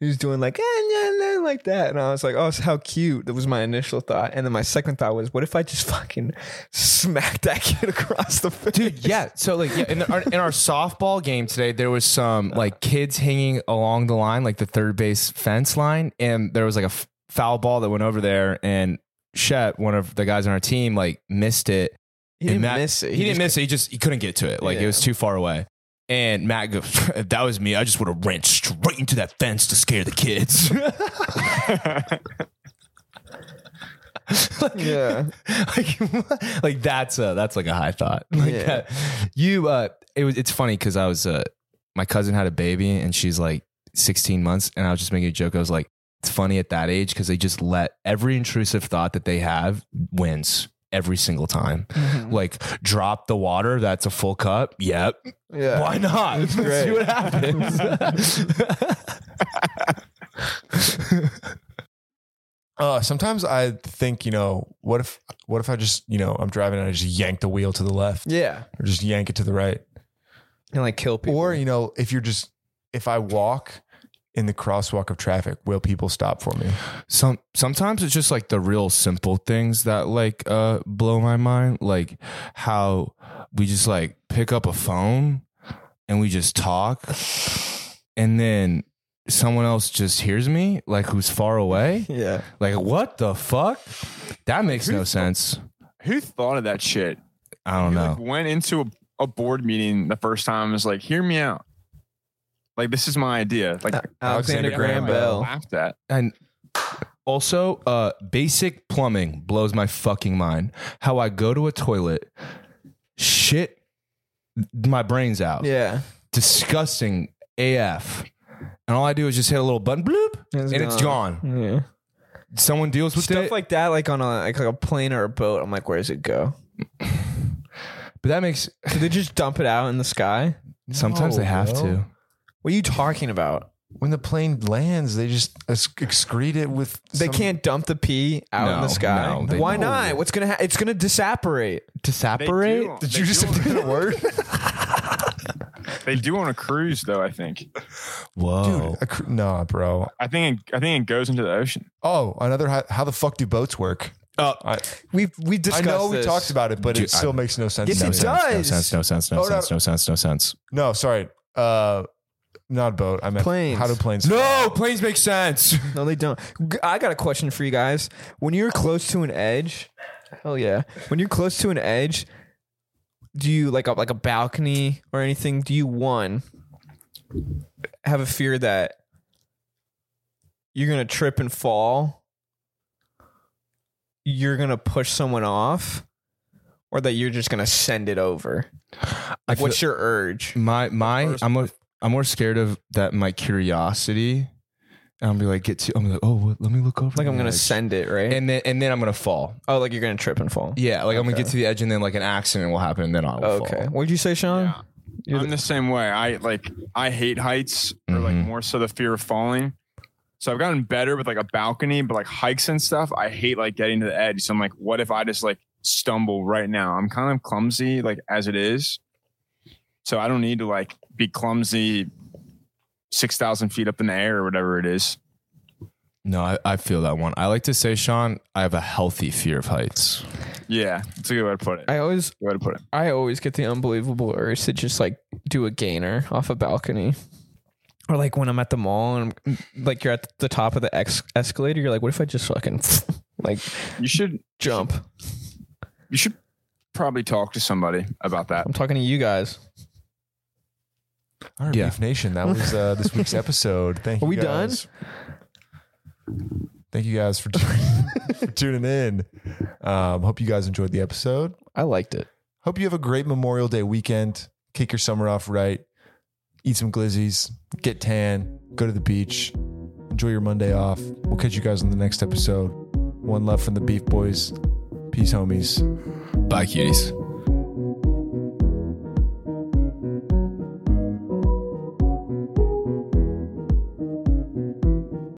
Speaker 2: He was doing like eh, nah, nah, like that and I was like, "Oh, so how cute." That was my initial thought. And then my second thought was, "What if I just fucking smack that kid across the face?"
Speaker 4: Dude, yeah. So like, yeah, in, the, our, in our softball game today, there was some like kids hanging along the line, like the third base fence line, and there was like a f- foul ball that went over there, and Shep, one of the guys on our team, like missed it.
Speaker 2: He
Speaker 4: And
Speaker 2: didn't
Speaker 4: Matt-
Speaker 2: miss it.
Speaker 4: He, didn't miss it. He just he couldn't get to it. Like it
Speaker 2: Yeah.
Speaker 4: was too far away. And Matt goes, if that was me, I just would have ran straight into that fence to scare the kids. Like-
Speaker 2: Yeah.
Speaker 4: like, like that's a that's like a high thought. Like
Speaker 2: Yeah.
Speaker 4: that, you uh it was it's funny because I was uh my cousin had a baby and she's like 16 months and I was just making a joke. I was like, it's funny at that age because they just let every intrusive thought that they have wins every single time.
Speaker 2: Mm.
Speaker 4: Like drop the water, that's a full cup. Yep.
Speaker 2: Yeah.
Speaker 4: Why not? Let's
Speaker 2: great.
Speaker 4: see what happens.
Speaker 3: Uh, sometimes I think, you know, what if, what if I just, you know, I'm driving and I just yank the wheel to the left
Speaker 2: Yeah.
Speaker 3: or just yank it to the right?
Speaker 2: And like kill people.
Speaker 3: Or, you know, if you're just if I walk in the crosswalk of traffic, will people stop for me?
Speaker 4: Some sometimes it's just like the real simple things that like uh blow my mind, like how we just like pick up a phone and we just talk and then someone else just hears me like who's far away.
Speaker 2: Yeah.
Speaker 4: Like what the fuck? That makes no sense.
Speaker 5: Who thought of that shit?
Speaker 4: I don't
Speaker 5: Who, like,
Speaker 4: know.
Speaker 5: went into a, a board meeting the first time and was like, hear me out. Like, this is my idea. Like,
Speaker 2: Alexander
Speaker 3: Alexander Graham
Speaker 2: Graham Bell.
Speaker 5: laughed at.
Speaker 4: And also uh basic plumbing blows my fucking mind. How I go to a toilet, shit my brain's out.
Speaker 2: Yeah.
Speaker 4: disgusting AF. And all I do is just hit a little button, bloop,
Speaker 2: It's
Speaker 4: and it's gone.
Speaker 2: Yeah.
Speaker 4: Someone deals with
Speaker 2: Stuff
Speaker 4: it,
Speaker 2: like that, like on a like, like a plane or a boat. I'm like, where does it go?
Speaker 4: but that makes.
Speaker 2: Do they just dump it out in the sky?
Speaker 4: Sometimes
Speaker 3: No,
Speaker 4: they have
Speaker 3: bro.
Speaker 4: to.
Speaker 2: What are you talking about?
Speaker 3: When the plane lands, they just ex- excrete it with.
Speaker 2: They
Speaker 3: some-
Speaker 2: can't dump the pee out in
Speaker 4: No,
Speaker 2: the sky.
Speaker 4: no, they
Speaker 2: Why
Speaker 4: don't.
Speaker 2: not? What's gonna happen? It's gonna disapparate.
Speaker 5: They
Speaker 4: Disapparate?
Speaker 5: do-
Speaker 3: Did
Speaker 5: they
Speaker 3: you just
Speaker 5: do on-
Speaker 3: invent a word?
Speaker 5: They do on a cruise, though. I think.
Speaker 4: Whoa.
Speaker 3: Dude, a cr- nah, bro.
Speaker 5: I think. It, I think it goes into the ocean.
Speaker 3: Oh, another. How, how the fuck do boats work?
Speaker 4: Oh.
Speaker 3: I,
Speaker 2: Uh, We've we
Speaker 3: I
Speaker 2: discussed.
Speaker 3: know we
Speaker 2: this.
Speaker 3: talked about it, but
Speaker 4: Dude,
Speaker 3: it still
Speaker 4: I-
Speaker 3: makes no sense.
Speaker 2: Yes,
Speaker 3: to
Speaker 2: it
Speaker 3: me.
Speaker 2: does.
Speaker 4: No sense, no sense, no
Speaker 3: Oh, no.
Speaker 4: sense, no sense, no sense.
Speaker 3: No, sorry. Uh, not boat. I meant
Speaker 2: Planes.
Speaker 3: How do planes?
Speaker 4: No, planes make sense.
Speaker 2: No, they don't. G- I got a question for you guys. When you're close to an edge, hell yeah. When you're close to an edge, do you like a, like a balcony or anything? Do you one have a fear that you're gonna trip and fall? You're gonna push someone off, or that you're just gonna send it over?
Speaker 4: I
Speaker 2: Like, what's your urge?
Speaker 4: My my I'm a, I'm more scared of that my curiosity. And I'll be like, get to I'm like, oh what, let me look over.
Speaker 2: Like I'm
Speaker 4: the
Speaker 2: gonna
Speaker 4: edge.
Speaker 2: send it, right?
Speaker 4: and then and then I'm gonna fall.
Speaker 2: oh, like you're gonna trip and fall.
Speaker 4: Yeah, like I'm gonna get to the edge and then like an accident will happen and then I'll
Speaker 2: Okay.
Speaker 4: fall.
Speaker 2: What'd you say, Sean?
Speaker 5: Yeah.
Speaker 2: You're
Speaker 5: I'm the same way. I like. I hate heights, or like
Speaker 4: Mhm.
Speaker 5: more so the fear of falling. So I've gotten better with like a balcony, but like hikes and stuff, I hate like getting to the edge. So I'm like, what if I just like stumble right now? I'm kind of clumsy, like as it is. So I don't need to like be clumsy six thousand feet up in the air or whatever it is.
Speaker 4: No, I, I feel that one. I like to say, Sean, I have a healthy fear of heights.
Speaker 5: Yeah, that's a good way to put it.
Speaker 2: I always
Speaker 5: Good way to put it.
Speaker 2: I always get the unbelievable urge to just like do a gainer off a balcony. Or like when I'm at the mall and I'm, mm, like you're at the top of the ex- escalator, you're like, what if I just fucking like
Speaker 5: You should
Speaker 2: jump?
Speaker 5: You should probably talk to somebody about that.
Speaker 2: I'm talking to you guys.
Speaker 3: All right,
Speaker 4: Yeah.
Speaker 3: Beef Nation. That was uh, this week's episode. Thank you.
Speaker 2: Are we done?
Speaker 3: guys. Thank you guys for, tuning for tuning in. Um, hope you guys enjoyed the episode.
Speaker 2: I liked it.
Speaker 3: Hope you have a great Memorial Day weekend. Kick your summer off right. Eat some glizzies. Get tan. Go to the beach. Enjoy your Monday off. We'll catch you guys in the next episode. One love from the Beef Boys. Peace, homies.
Speaker 4: Bye, cuties.